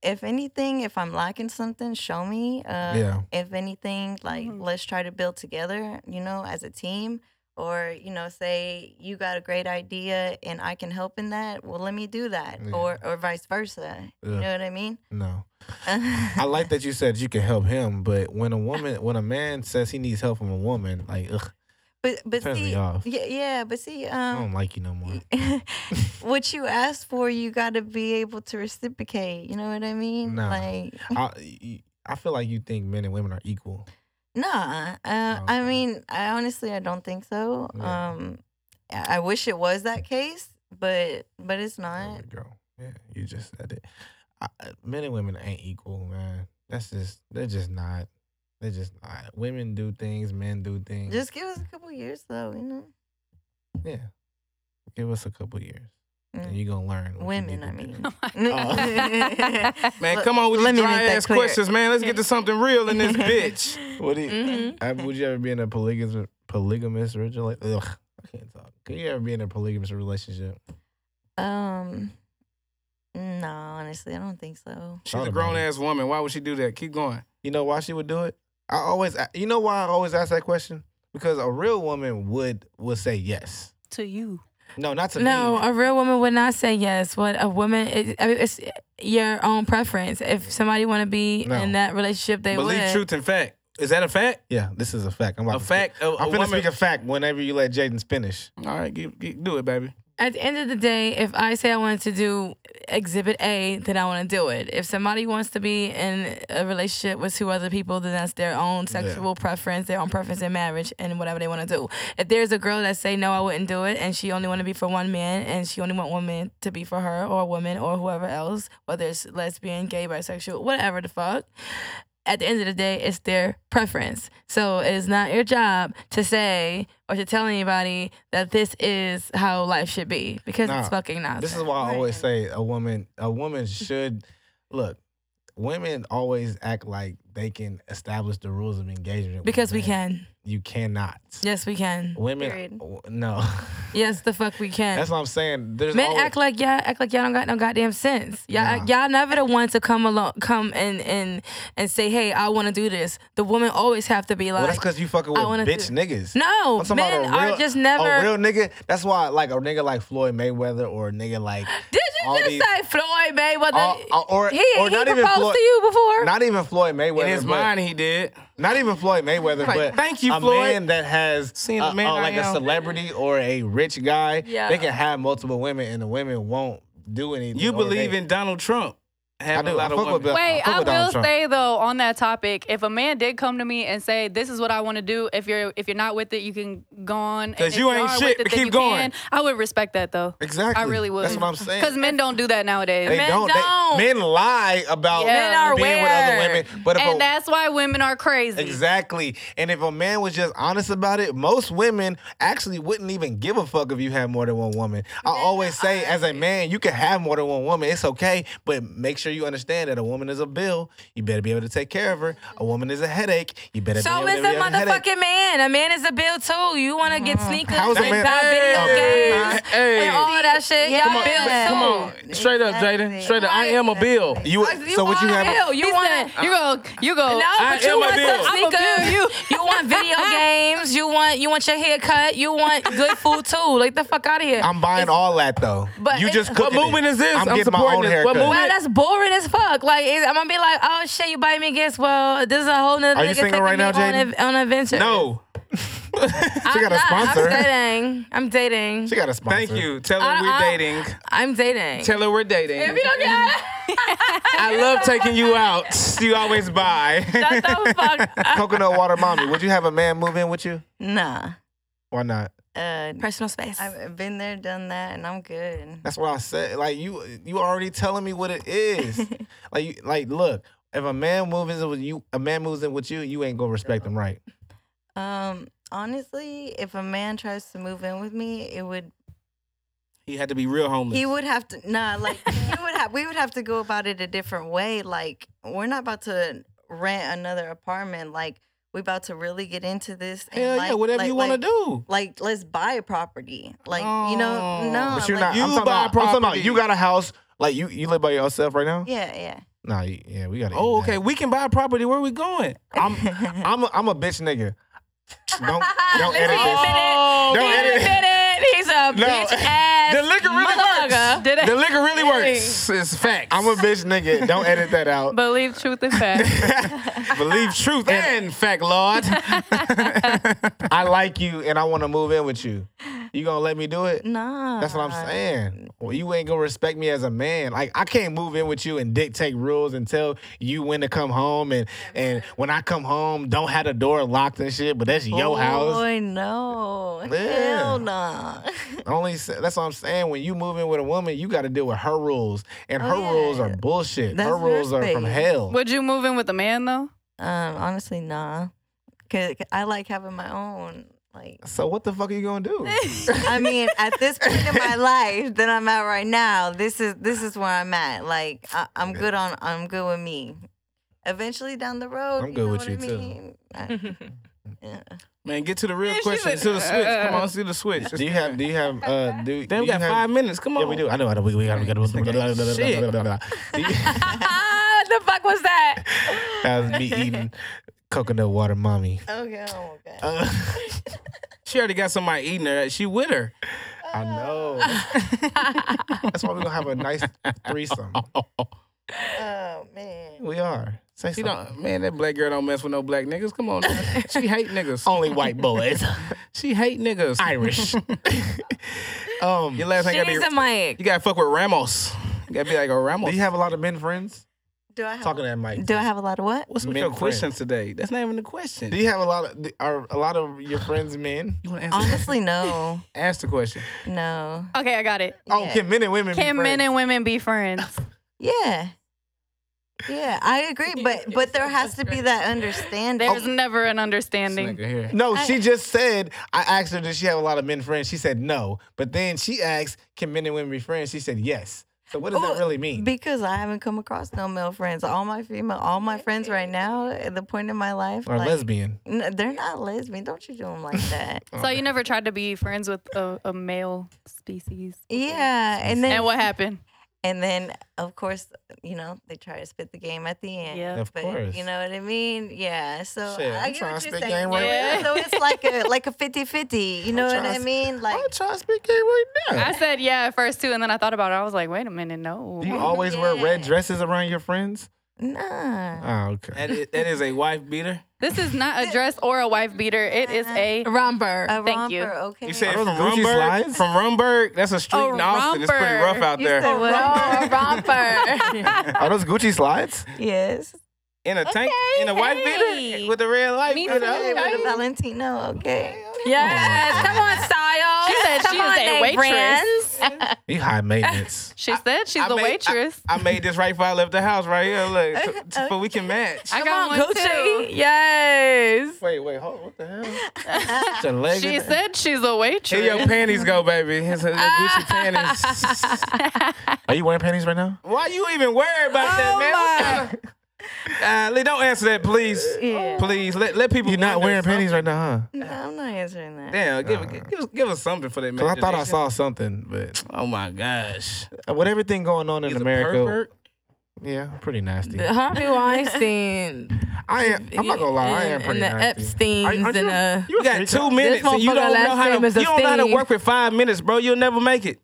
[SPEAKER 4] if anything, if I'm lacking something, show me. Uh,
[SPEAKER 2] Yeah.
[SPEAKER 4] If anything, like
[SPEAKER 5] Mhm.
[SPEAKER 4] let's try to build together. You know, as a team, or you know, say you got a great idea and I can help in that. Well, let me do that,
[SPEAKER 2] Yeah.
[SPEAKER 4] or or vice versa. You
[SPEAKER 2] Yeah.
[SPEAKER 4] know what I mean?
[SPEAKER 2] No. I like that you said you can help him, but when a woman, when a man says he needs help from a woman, like ugh,
[SPEAKER 4] [laughs] But but
[SPEAKER 2] turns
[SPEAKER 4] see,
[SPEAKER 2] me off. Oh
[SPEAKER 4] yeah, yeah. But see,
[SPEAKER 2] I
[SPEAKER 4] um,
[SPEAKER 2] don't like you no more.
[SPEAKER 4] [laughs]
[SPEAKER 2] [laughs]
[SPEAKER 4] what you ask for, you got to be able to reciprocate. You know what I mean?
[SPEAKER 2] Nah.
[SPEAKER 4] Like,
[SPEAKER 2] [laughs] I I feel like you think men and women are equal.
[SPEAKER 4] nah. Uh, I
[SPEAKER 2] Okay.
[SPEAKER 4] mean, I honestly, I don't think so.
[SPEAKER 2] Yeah.
[SPEAKER 4] Um, I I wish it was that case, but but it's
[SPEAKER 2] There
[SPEAKER 4] not.
[SPEAKER 2] we go. Yeah, you just said it. I, I- men and women ain't equal, man. That's just they're just not. They're just not. Women do things, men do things.
[SPEAKER 4] Just give us a couple years, though. You know,
[SPEAKER 2] yeah. Give us a couple years, and
[SPEAKER 4] Mm.
[SPEAKER 2] you're gonna learn. what you
[SPEAKER 4] Women,
[SPEAKER 2] need to
[SPEAKER 4] I
[SPEAKER 2] do.
[SPEAKER 4] mean.
[SPEAKER 1] [laughs]
[SPEAKER 4] [laughs]
[SPEAKER 1] Oh. Man,
[SPEAKER 4] Let-
[SPEAKER 1] come on with
[SPEAKER 4] let
[SPEAKER 1] these
[SPEAKER 4] me
[SPEAKER 1] dry
[SPEAKER 4] make that
[SPEAKER 1] ass
[SPEAKER 4] clear.
[SPEAKER 1] questions, man. Let's get to something real in
[SPEAKER 4] [laughs]
[SPEAKER 1] this bitch.
[SPEAKER 2] [laughs] What do you,
[SPEAKER 3] Mhm.
[SPEAKER 2] I- would you ever be in a polygamous polygamous relationship? Ugh, I can't talk. Could you ever be in a polygamous relationship?
[SPEAKER 4] um, no, honestly, I don't think so.
[SPEAKER 1] She's
[SPEAKER 2] Thought
[SPEAKER 1] a
[SPEAKER 2] about
[SPEAKER 1] grown
[SPEAKER 2] it.
[SPEAKER 1] ass woman. Why would she do that? Keep going.
[SPEAKER 2] You know why she would do it? I always, a- you know why I always ask that question? Because a real woman would would say yes.
[SPEAKER 5] to you.
[SPEAKER 2] No, not to
[SPEAKER 3] No,
[SPEAKER 2] me.
[SPEAKER 3] a real woman would not say yes. What a woman, it, I mean, it's your own preference. If somebody want to be
[SPEAKER 2] No.
[SPEAKER 3] in that relationship, they
[SPEAKER 1] Believe
[SPEAKER 3] would.
[SPEAKER 1] truth and fact. Is that a fact?
[SPEAKER 2] yeah, this is a fact. I'm about
[SPEAKER 1] A
[SPEAKER 2] to
[SPEAKER 1] fact. A,
[SPEAKER 2] Speak. I'm
[SPEAKER 1] a
[SPEAKER 2] gonna
[SPEAKER 1] woman.
[SPEAKER 2] speak a fact whenever you let Jaden finish.
[SPEAKER 1] All right, get, get, do it, baby.
[SPEAKER 3] At the end of the day, if I say I wanted to do exhibit A, then I want to do it. If somebody wants to be in a relationship with two other people, then that's their own sexual preference, their own preference in marriage, and whatever they want to do. If there's a girl that say no, I wouldn't do it, and she only want to be for one man, and she only want one man to be for her or a woman or whoever else, whether it's lesbian, gay, bisexual, whatever the fuck. At the end of the day, it's their preference. So it's not your job to say or to tell anybody that this is how life should be because
[SPEAKER 2] Nah.
[SPEAKER 3] it's fucking not.
[SPEAKER 2] This is why I always say a woman a woman should look. Women always act like they can establish the rules of engagement with
[SPEAKER 3] Because we
[SPEAKER 2] men.
[SPEAKER 3] can.
[SPEAKER 2] You cannot.
[SPEAKER 3] Yes, we can.
[SPEAKER 2] Women,
[SPEAKER 4] Period.
[SPEAKER 2] w- no. [laughs]
[SPEAKER 3] Yes, the fuck we can.
[SPEAKER 2] That's what I'm saying. There's
[SPEAKER 3] Men
[SPEAKER 2] always,
[SPEAKER 3] act like y'all act like y'all don't got no goddamn sense. Y'all act- y'all never the one to come along, come and and and say, hey, I want to do this. The woman always have to be
[SPEAKER 2] well,
[SPEAKER 3] like,
[SPEAKER 2] that's because you fucking with
[SPEAKER 3] I wanna
[SPEAKER 2] bitch
[SPEAKER 3] do-
[SPEAKER 2] niggas.
[SPEAKER 3] no,
[SPEAKER 2] I'm talking about
[SPEAKER 3] men
[SPEAKER 2] a real,
[SPEAKER 3] are just
[SPEAKER 2] a
[SPEAKER 3] never.
[SPEAKER 2] real nigga. That's why, like a nigga like Floyd Mayweather or a nigga like
[SPEAKER 3] Did
[SPEAKER 2] all
[SPEAKER 3] you just
[SPEAKER 2] these-
[SPEAKER 3] say Floyd Mayweather?
[SPEAKER 2] all- all- or
[SPEAKER 3] he
[SPEAKER 2] or
[SPEAKER 3] he
[SPEAKER 2] not even
[SPEAKER 3] proposed
[SPEAKER 2] Floyd,
[SPEAKER 3] to you before.
[SPEAKER 2] not even Floyd Mayweather.
[SPEAKER 1] In his
[SPEAKER 2] but-
[SPEAKER 1] mind, he did.
[SPEAKER 2] not even Floyd Mayweather,
[SPEAKER 1] Right.
[SPEAKER 2] but
[SPEAKER 1] Thank you,
[SPEAKER 2] a
[SPEAKER 1] Floyd.
[SPEAKER 2] man that has
[SPEAKER 1] Seeing
[SPEAKER 2] a-
[SPEAKER 1] the man
[SPEAKER 2] a-
[SPEAKER 1] I
[SPEAKER 2] like a
[SPEAKER 1] am.
[SPEAKER 2] celebrity or a rich guy.
[SPEAKER 3] Yeah.
[SPEAKER 2] They can have multiple women, and the women won't do anything.
[SPEAKER 1] You
[SPEAKER 2] or
[SPEAKER 1] believe
[SPEAKER 2] they-
[SPEAKER 1] in Donald Trump. having
[SPEAKER 2] I do.
[SPEAKER 1] a lot
[SPEAKER 2] I
[SPEAKER 1] of
[SPEAKER 2] fuck with
[SPEAKER 1] women.
[SPEAKER 2] Bill-
[SPEAKER 5] Wait,
[SPEAKER 2] fuck
[SPEAKER 5] I
[SPEAKER 2] with Donald
[SPEAKER 5] will
[SPEAKER 2] Trump.
[SPEAKER 5] say though on that topic, if a man did come to me and say, "This is what I want to do," if you're if you're not with it, you can go on. And
[SPEAKER 1] 'Cause
[SPEAKER 5] if
[SPEAKER 1] you ain't
[SPEAKER 5] are with
[SPEAKER 1] shit,
[SPEAKER 5] it,
[SPEAKER 1] but
[SPEAKER 5] then
[SPEAKER 1] keep
[SPEAKER 5] you
[SPEAKER 1] going.
[SPEAKER 5] can. I would respect that though,
[SPEAKER 2] Exactly.
[SPEAKER 5] I really would.
[SPEAKER 2] That's what I'm saying.
[SPEAKER 5] because men don't do that nowadays.
[SPEAKER 2] They
[SPEAKER 3] Men
[SPEAKER 2] don't. They-
[SPEAKER 3] don't.
[SPEAKER 2] men lie about
[SPEAKER 5] Yeah. Men are
[SPEAKER 2] being with other
[SPEAKER 3] aware.
[SPEAKER 2] women, but if
[SPEAKER 5] and
[SPEAKER 2] a,
[SPEAKER 5] that's why women are crazy.
[SPEAKER 2] exactly, and if a man was just honest about it, most women actually wouldn't even give a fuck if you had more than one woman. I always say, as a man, you can have more than one woman. It's okay, but make sure you understand that a woman is a bill. You better be able to take care of her. A woman is a headache. You better be
[SPEAKER 3] So
[SPEAKER 2] able to
[SPEAKER 3] is a
[SPEAKER 2] be able to headache. Uh-huh.
[SPEAKER 3] motherfucking man. A man is a bill too. You want to get sneakers,
[SPEAKER 2] How's a
[SPEAKER 3] and
[SPEAKER 2] man-
[SPEAKER 3] buy video
[SPEAKER 2] Hey.
[SPEAKER 3] games,
[SPEAKER 1] Hey.
[SPEAKER 3] and all that shit. Y'all
[SPEAKER 1] Come on, ba-
[SPEAKER 3] bills too.
[SPEAKER 1] come on. Straight up, Jaden. Straight up. I am a bill.
[SPEAKER 2] You, so what you
[SPEAKER 3] want a
[SPEAKER 2] have?
[SPEAKER 3] bill. You
[SPEAKER 5] He
[SPEAKER 3] want
[SPEAKER 5] said, [laughs] you go, you go.
[SPEAKER 3] No,
[SPEAKER 1] I
[SPEAKER 3] but you
[SPEAKER 1] am a
[SPEAKER 3] want
[SPEAKER 1] bill. Ah.
[SPEAKER 3] some
[SPEAKER 5] I'm a bill,
[SPEAKER 3] sneakers. You.
[SPEAKER 5] you.
[SPEAKER 1] [laughs]
[SPEAKER 3] want video games. You want you want your hair cut. You want good food too. Like the fuck out of here.
[SPEAKER 2] I'm buying all that though.
[SPEAKER 3] but
[SPEAKER 2] you
[SPEAKER 3] it-
[SPEAKER 2] just
[SPEAKER 3] What
[SPEAKER 2] cooking it.
[SPEAKER 1] movement is this?
[SPEAKER 2] I'm
[SPEAKER 1] I'm
[SPEAKER 2] getting my
[SPEAKER 1] supporting
[SPEAKER 2] own
[SPEAKER 1] this.
[SPEAKER 2] haircut.
[SPEAKER 1] What movement?
[SPEAKER 3] Wow, that's boring as fuck. Like it's, I'm gonna be like, oh shit, you buy me gifts. Well, this is a whole nother.
[SPEAKER 2] Are you
[SPEAKER 3] nigga
[SPEAKER 2] single
[SPEAKER 3] taking
[SPEAKER 2] right
[SPEAKER 3] me
[SPEAKER 2] now,
[SPEAKER 3] on
[SPEAKER 2] Jaden?
[SPEAKER 3] a- On an adventure.
[SPEAKER 2] No, [laughs]
[SPEAKER 3] I'm
[SPEAKER 2] got a
[SPEAKER 3] not.
[SPEAKER 2] sponsor.
[SPEAKER 3] I'm dating. I'm dating.
[SPEAKER 2] she got a sponsor.
[SPEAKER 1] Thank you. Tell her
[SPEAKER 3] I-
[SPEAKER 1] we're
[SPEAKER 3] I-
[SPEAKER 1] dating.
[SPEAKER 3] I'm dating.
[SPEAKER 1] Tell her we're dating.
[SPEAKER 3] If you don't
[SPEAKER 4] [laughs]
[SPEAKER 3] get
[SPEAKER 1] I love taking you out. You always buy.
[SPEAKER 3] [laughs] that, the
[SPEAKER 2] [laughs]
[SPEAKER 3] fuck.
[SPEAKER 2] Coconut water, mommy. Would you have a man move in with you?
[SPEAKER 4] Nah.
[SPEAKER 2] Why not?
[SPEAKER 4] Uh,
[SPEAKER 3] Personal space. [laughs]
[SPEAKER 4] I've been there, done that, and I'm good.
[SPEAKER 2] That's what I said. Like you, you already telling me what it is. like, you, like, look. If a man moves in with you, a man moves in with you, you ain't gonna respect him, right?
[SPEAKER 4] Um, honestly, if a man tries to move in with me, it would
[SPEAKER 1] [laughs] He had to be real homeless.
[SPEAKER 4] he would have to nah like he would have we would have to go about it a different way. Like we're not about to rent another apartment. Like we about to really get into this. and,
[SPEAKER 2] Hell yeah,
[SPEAKER 4] like-
[SPEAKER 2] whatever
[SPEAKER 4] like-
[SPEAKER 2] you want to
[SPEAKER 4] like-
[SPEAKER 2] do.
[SPEAKER 4] Like let's buy a property. Like you
[SPEAKER 2] Oh.
[SPEAKER 4] know no.
[SPEAKER 2] But you're not. I'm
[SPEAKER 4] like-
[SPEAKER 1] You
[SPEAKER 2] talking,
[SPEAKER 1] buy
[SPEAKER 2] about, I'm talking about.
[SPEAKER 1] property.
[SPEAKER 2] You got a house. Like you, you live by yourself right now. [laughs]
[SPEAKER 4] Yeah, yeah.
[SPEAKER 2] Nah, you, yeah, we gotta.
[SPEAKER 1] Oh,
[SPEAKER 2] end that.
[SPEAKER 1] okay. We can buy a property. Where we going?
[SPEAKER 2] I'm, I'm, a, I'm a bitch nigga. Don't, don't edit
[SPEAKER 3] He
[SPEAKER 2] this.
[SPEAKER 3] admitted.
[SPEAKER 2] Don't
[SPEAKER 3] He
[SPEAKER 2] edit it.
[SPEAKER 3] admitted. He's a bitch ass.
[SPEAKER 1] The liquor really
[SPEAKER 3] motherfucker.
[SPEAKER 1] works. The liquor really works. It's facts.
[SPEAKER 2] I'm a bitch nigga. Don't edit that
[SPEAKER 5] [laughs]
[SPEAKER 2] out.
[SPEAKER 5] Believe truth and fact.
[SPEAKER 1] believe truth and fact,
[SPEAKER 3] [laughs]
[SPEAKER 1] Lord.
[SPEAKER 2] I like you and I want to move in with you. You gonna let me do it?
[SPEAKER 4] Nah.
[SPEAKER 2] That's what I'm saying. Well, you ain't gonna respect me as a man. Like I can't move in with you and dictate rules and tell you when to come home and and when I come home, don't have the door locked and shit. But that's your house.
[SPEAKER 4] Boy, no.
[SPEAKER 2] Yeah.
[SPEAKER 4] Hell nah. [laughs]
[SPEAKER 2] Only s- that's what I'm saying. When you move in with a woman, you got to deal with her rules, and her
[SPEAKER 4] Oh, yeah.
[SPEAKER 2] rules are bullshit.
[SPEAKER 4] That's
[SPEAKER 2] her rules are from
[SPEAKER 4] respect.
[SPEAKER 2] hell.
[SPEAKER 5] Would you move in with a man though?
[SPEAKER 4] um, honestly, nah. Cause I like having my own. Like
[SPEAKER 2] So what the fuck are you gonna
[SPEAKER 4] [laughs]
[SPEAKER 2] do?
[SPEAKER 4] I mean, at this point in my life that I'm at right now, this is this is where I'm at. Like I, I'm good on I'm good with me. Eventually down the road,
[SPEAKER 2] I'm
[SPEAKER 4] you
[SPEAKER 2] good
[SPEAKER 4] know
[SPEAKER 2] with
[SPEAKER 4] what
[SPEAKER 2] you,
[SPEAKER 4] I
[SPEAKER 2] too.
[SPEAKER 4] mean? I- yeah.
[SPEAKER 1] Man, get to the real
[SPEAKER 5] she's
[SPEAKER 1] question.
[SPEAKER 5] like,
[SPEAKER 1] to the switch.
[SPEAKER 5] uh,
[SPEAKER 1] Come on, see
[SPEAKER 3] [laughs]
[SPEAKER 1] the switch.
[SPEAKER 2] do you have? Do you have? Uh,
[SPEAKER 4] [laughs]
[SPEAKER 2] do
[SPEAKER 1] Then we
[SPEAKER 2] do you
[SPEAKER 1] got
[SPEAKER 2] have-
[SPEAKER 1] five minutes. Come on.
[SPEAKER 2] Yeah, we do. I know. I know. We, we got. We got.
[SPEAKER 1] Shit.
[SPEAKER 2] Do you-
[SPEAKER 3] what Ah, the fuck was that?
[SPEAKER 2] That was me eating
[SPEAKER 4] [laughs]
[SPEAKER 2] coconut water, mommy.
[SPEAKER 4] Okay. Oh my God.
[SPEAKER 2] Uh,
[SPEAKER 1] She already got somebody eating her. She with her.
[SPEAKER 2] I [laughs] know. That's why we're gonna have a nice threesome.
[SPEAKER 4] Oh man.
[SPEAKER 2] We are. Say
[SPEAKER 1] She
[SPEAKER 2] something.
[SPEAKER 1] don't. Man, that black girl don't mess with no black niggas. Come on.
[SPEAKER 3] [laughs]
[SPEAKER 1] now. she hate niggas.
[SPEAKER 2] Only white boys,
[SPEAKER 1] She hate niggas.
[SPEAKER 2] [laughs] Irish. um,
[SPEAKER 1] Your last name
[SPEAKER 3] She
[SPEAKER 1] gotta be.
[SPEAKER 3] needs a mic.
[SPEAKER 1] You gotta fuck with Ramos. You gotta be like a Ramos.
[SPEAKER 2] do you have a lot of men friends?
[SPEAKER 4] Do I have
[SPEAKER 2] Talking to that mic.
[SPEAKER 4] Do I have a lot of what?
[SPEAKER 1] What's with
[SPEAKER 2] Men
[SPEAKER 1] your
[SPEAKER 2] friends.
[SPEAKER 1] questions today? That's not even the question.
[SPEAKER 2] Do you have a lot of are a lot of your friends men?
[SPEAKER 1] you wanna answer,
[SPEAKER 5] Um,
[SPEAKER 4] Honestly, no,
[SPEAKER 1] ask the question.
[SPEAKER 4] no.
[SPEAKER 5] Okay, I got it.
[SPEAKER 2] Oh,
[SPEAKER 4] Yeah.
[SPEAKER 2] can men and women? be
[SPEAKER 5] Can men
[SPEAKER 2] friends?
[SPEAKER 5] and women be friends?
[SPEAKER 4] Yeah. Yeah, I agree, but but there has to be that understanding.
[SPEAKER 5] There's never an understanding.
[SPEAKER 1] Nigga here.
[SPEAKER 2] No, she just said. I asked her, "Does she have a lot of men friends?" She said no. But then she asked, "Can men and women be friends?" She said yes. So what does that
[SPEAKER 4] Oh,
[SPEAKER 2] really mean?
[SPEAKER 4] Because I haven't come across no male friends. All my female, all my friends right now at the point in my life,
[SPEAKER 2] or
[SPEAKER 4] like,
[SPEAKER 2] lesbian?
[SPEAKER 4] n- they're not lesbian. Don't you do them like that?
[SPEAKER 5] So you never tried to be friends with a, a male species?
[SPEAKER 4] yeah, and
[SPEAKER 5] And
[SPEAKER 4] then
[SPEAKER 5] what happened?
[SPEAKER 4] and then of course you know they try to spit the game at the end.
[SPEAKER 5] Yeah.
[SPEAKER 2] Of
[SPEAKER 4] but
[SPEAKER 2] course.
[SPEAKER 4] you know what I mean. Yeah, so
[SPEAKER 2] Shit,
[SPEAKER 4] I
[SPEAKER 2] I'm
[SPEAKER 4] get
[SPEAKER 2] trying
[SPEAKER 4] what
[SPEAKER 2] to
[SPEAKER 4] you're
[SPEAKER 2] spit
[SPEAKER 4] saying.
[SPEAKER 2] game right
[SPEAKER 4] Yeah,
[SPEAKER 5] now.
[SPEAKER 4] So it's like a like a 50-50, You know what I mean? Like
[SPEAKER 2] I'm trying to speak gay right now.
[SPEAKER 5] I said yeah at first too, and then I thought about it. I was like, wait a minute, no.
[SPEAKER 3] [laughs]
[SPEAKER 2] Do you always wear red dresses around your friends?
[SPEAKER 4] Nah.
[SPEAKER 2] Oh, okay.
[SPEAKER 1] That is, that is a wife beater.
[SPEAKER 5] This is not a dress or a wife beater. It is
[SPEAKER 3] [laughs]
[SPEAKER 5] a
[SPEAKER 3] Romper.
[SPEAKER 4] A
[SPEAKER 5] Thank you.
[SPEAKER 4] romper, Okay.
[SPEAKER 1] You said
[SPEAKER 2] Are
[SPEAKER 1] from
[SPEAKER 2] those Gucci
[SPEAKER 1] Rumberg?
[SPEAKER 2] slides?
[SPEAKER 1] From Rumberg? That's a street
[SPEAKER 5] Oh,
[SPEAKER 1] in Austin. It's pretty
[SPEAKER 5] romper.
[SPEAKER 1] rough out
[SPEAKER 4] You
[SPEAKER 1] there.
[SPEAKER 4] said what?
[SPEAKER 3] Oh, a [laughs]
[SPEAKER 5] [laughs]
[SPEAKER 3] romper.
[SPEAKER 2] Are those Gucci slides?
[SPEAKER 4] Yes.
[SPEAKER 1] in a tank, in a white
[SPEAKER 5] hey.
[SPEAKER 1] beater with a red light.
[SPEAKER 5] Me
[SPEAKER 1] beater.
[SPEAKER 5] too.
[SPEAKER 4] Hey,
[SPEAKER 1] Okay.
[SPEAKER 4] with a Valentino. Okay.
[SPEAKER 3] yes. Come on, style.
[SPEAKER 5] She said
[SPEAKER 3] Come
[SPEAKER 5] she is
[SPEAKER 3] on,
[SPEAKER 5] a
[SPEAKER 3] they
[SPEAKER 5] waitress.
[SPEAKER 3] brands.
[SPEAKER 2] You high
[SPEAKER 3] [laughs]
[SPEAKER 2] maintenance.
[SPEAKER 5] she said she's
[SPEAKER 1] I made-
[SPEAKER 5] a
[SPEAKER 1] I-
[SPEAKER 5] waitress.
[SPEAKER 1] I made this right before I left the house right here. Look, t- t- but we can match.
[SPEAKER 5] I,
[SPEAKER 3] Come
[SPEAKER 5] got
[SPEAKER 3] on,
[SPEAKER 5] one
[SPEAKER 3] Gucci. Yes.
[SPEAKER 1] Wait, wait, hold on. What the hell? Your leg
[SPEAKER 5] too. She
[SPEAKER 1] in there?
[SPEAKER 5] said she's a waitress.
[SPEAKER 1] Here your panties go, baby. Here's her- your
[SPEAKER 5] [laughs]
[SPEAKER 1] Gucci panties.
[SPEAKER 2] Are you wearing panties right now?
[SPEAKER 1] Why you even worry about
[SPEAKER 3] Oh
[SPEAKER 1] that, man? Uh, Lee, don't answer that, please. Oh.
[SPEAKER 4] Yeah.
[SPEAKER 1] Please let let people.
[SPEAKER 2] You're not
[SPEAKER 1] wonder
[SPEAKER 2] wearing panties
[SPEAKER 1] something.
[SPEAKER 2] right now, huh?
[SPEAKER 4] No, I'm not answering that.
[SPEAKER 1] Damn, give, give, give us give us something for that.
[SPEAKER 2] Cause I thought I
[SPEAKER 1] imagination.
[SPEAKER 2] saw something, but
[SPEAKER 1] Oh my gosh.
[SPEAKER 2] with everything going on in
[SPEAKER 1] He's a
[SPEAKER 2] America,
[SPEAKER 1] pervert.
[SPEAKER 2] yeah, pretty nasty. [laughs]
[SPEAKER 3] The Harvey Weinstein.
[SPEAKER 2] I am. I'm not gonna lie. I am
[SPEAKER 3] And-
[SPEAKER 2] pretty
[SPEAKER 3] and the
[SPEAKER 2] nasty.
[SPEAKER 3] Epsteins
[SPEAKER 2] aren't
[SPEAKER 3] and uh,
[SPEAKER 2] you-
[SPEAKER 3] the- [laughs]
[SPEAKER 2] you
[SPEAKER 1] You got two
[SPEAKER 2] minutes.
[SPEAKER 1] minutes and you
[SPEAKER 3] motherfucker
[SPEAKER 1] don't know
[SPEAKER 3] last
[SPEAKER 1] how
[SPEAKER 3] name
[SPEAKER 1] to
[SPEAKER 3] is
[SPEAKER 1] you don't know how to
[SPEAKER 3] Epstein.
[SPEAKER 1] work with five minutes, bro. You'll never make it.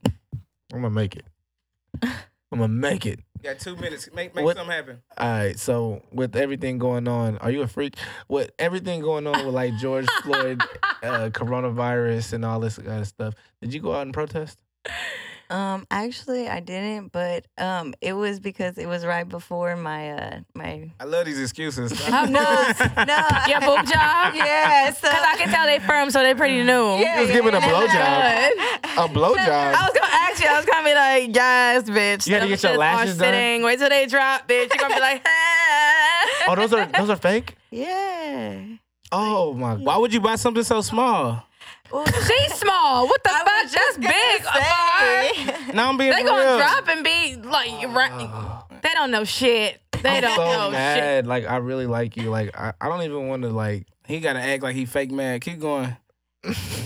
[SPEAKER 2] I'm gonna
[SPEAKER 3] [laughs]
[SPEAKER 2] make it. I'm gonna make it.
[SPEAKER 1] You got two minutes. Make make
[SPEAKER 2] What-
[SPEAKER 1] something happen.
[SPEAKER 2] All right. So with everything going on, are you a freak? With everything going on with like George
[SPEAKER 3] [laughs]
[SPEAKER 2] Floyd, uh, coronavirus, and all this kind of stuff, did you go out and protest?
[SPEAKER 4] Um, actually, I didn't, but um, it was because it was right before my uh my
[SPEAKER 1] I love these excuses.
[SPEAKER 3] Her
[SPEAKER 1] [laughs]
[SPEAKER 3] boobs.
[SPEAKER 4] no
[SPEAKER 3] Your
[SPEAKER 2] [laughs]
[SPEAKER 3] boob job.
[SPEAKER 4] yeah so
[SPEAKER 3] Cause I can tell they firm, so they pretty new.
[SPEAKER 4] yeah,
[SPEAKER 2] Just giving a blowjob.
[SPEAKER 4] [laughs]
[SPEAKER 2] A
[SPEAKER 1] Oh,
[SPEAKER 3] I
[SPEAKER 2] blowjob.
[SPEAKER 3] was gonna ask you. I was gonna be like, yes, bitch.
[SPEAKER 2] You had to get your
[SPEAKER 3] Them shits are
[SPEAKER 2] lashes done?
[SPEAKER 3] Sitting. Wait till they drop, bitch. You're gonna be like,
[SPEAKER 1] [laughs]
[SPEAKER 2] Oh, those are those are fake.
[SPEAKER 4] [laughs] yeah.
[SPEAKER 2] Oh my god.
[SPEAKER 1] Why would you buy something so small? [laughs]
[SPEAKER 4] [laughs] Well,
[SPEAKER 3] she's small. What the
[SPEAKER 4] I
[SPEAKER 3] fuck?
[SPEAKER 4] was just
[SPEAKER 3] That's big.
[SPEAKER 4] gonna
[SPEAKER 1] [laughs]
[SPEAKER 4] say.
[SPEAKER 1] Now I'm being
[SPEAKER 3] They
[SPEAKER 1] for real.
[SPEAKER 3] gonna drop and be like, right- they don't know shit. They
[SPEAKER 2] I'm
[SPEAKER 3] don't
[SPEAKER 2] so
[SPEAKER 3] know shit.
[SPEAKER 2] mad. Like I really like you. Like I, I don't even want to like.
[SPEAKER 1] He gotta act like he fake mad. Keep
[SPEAKER 3] [laughs]
[SPEAKER 1] going. [laughs]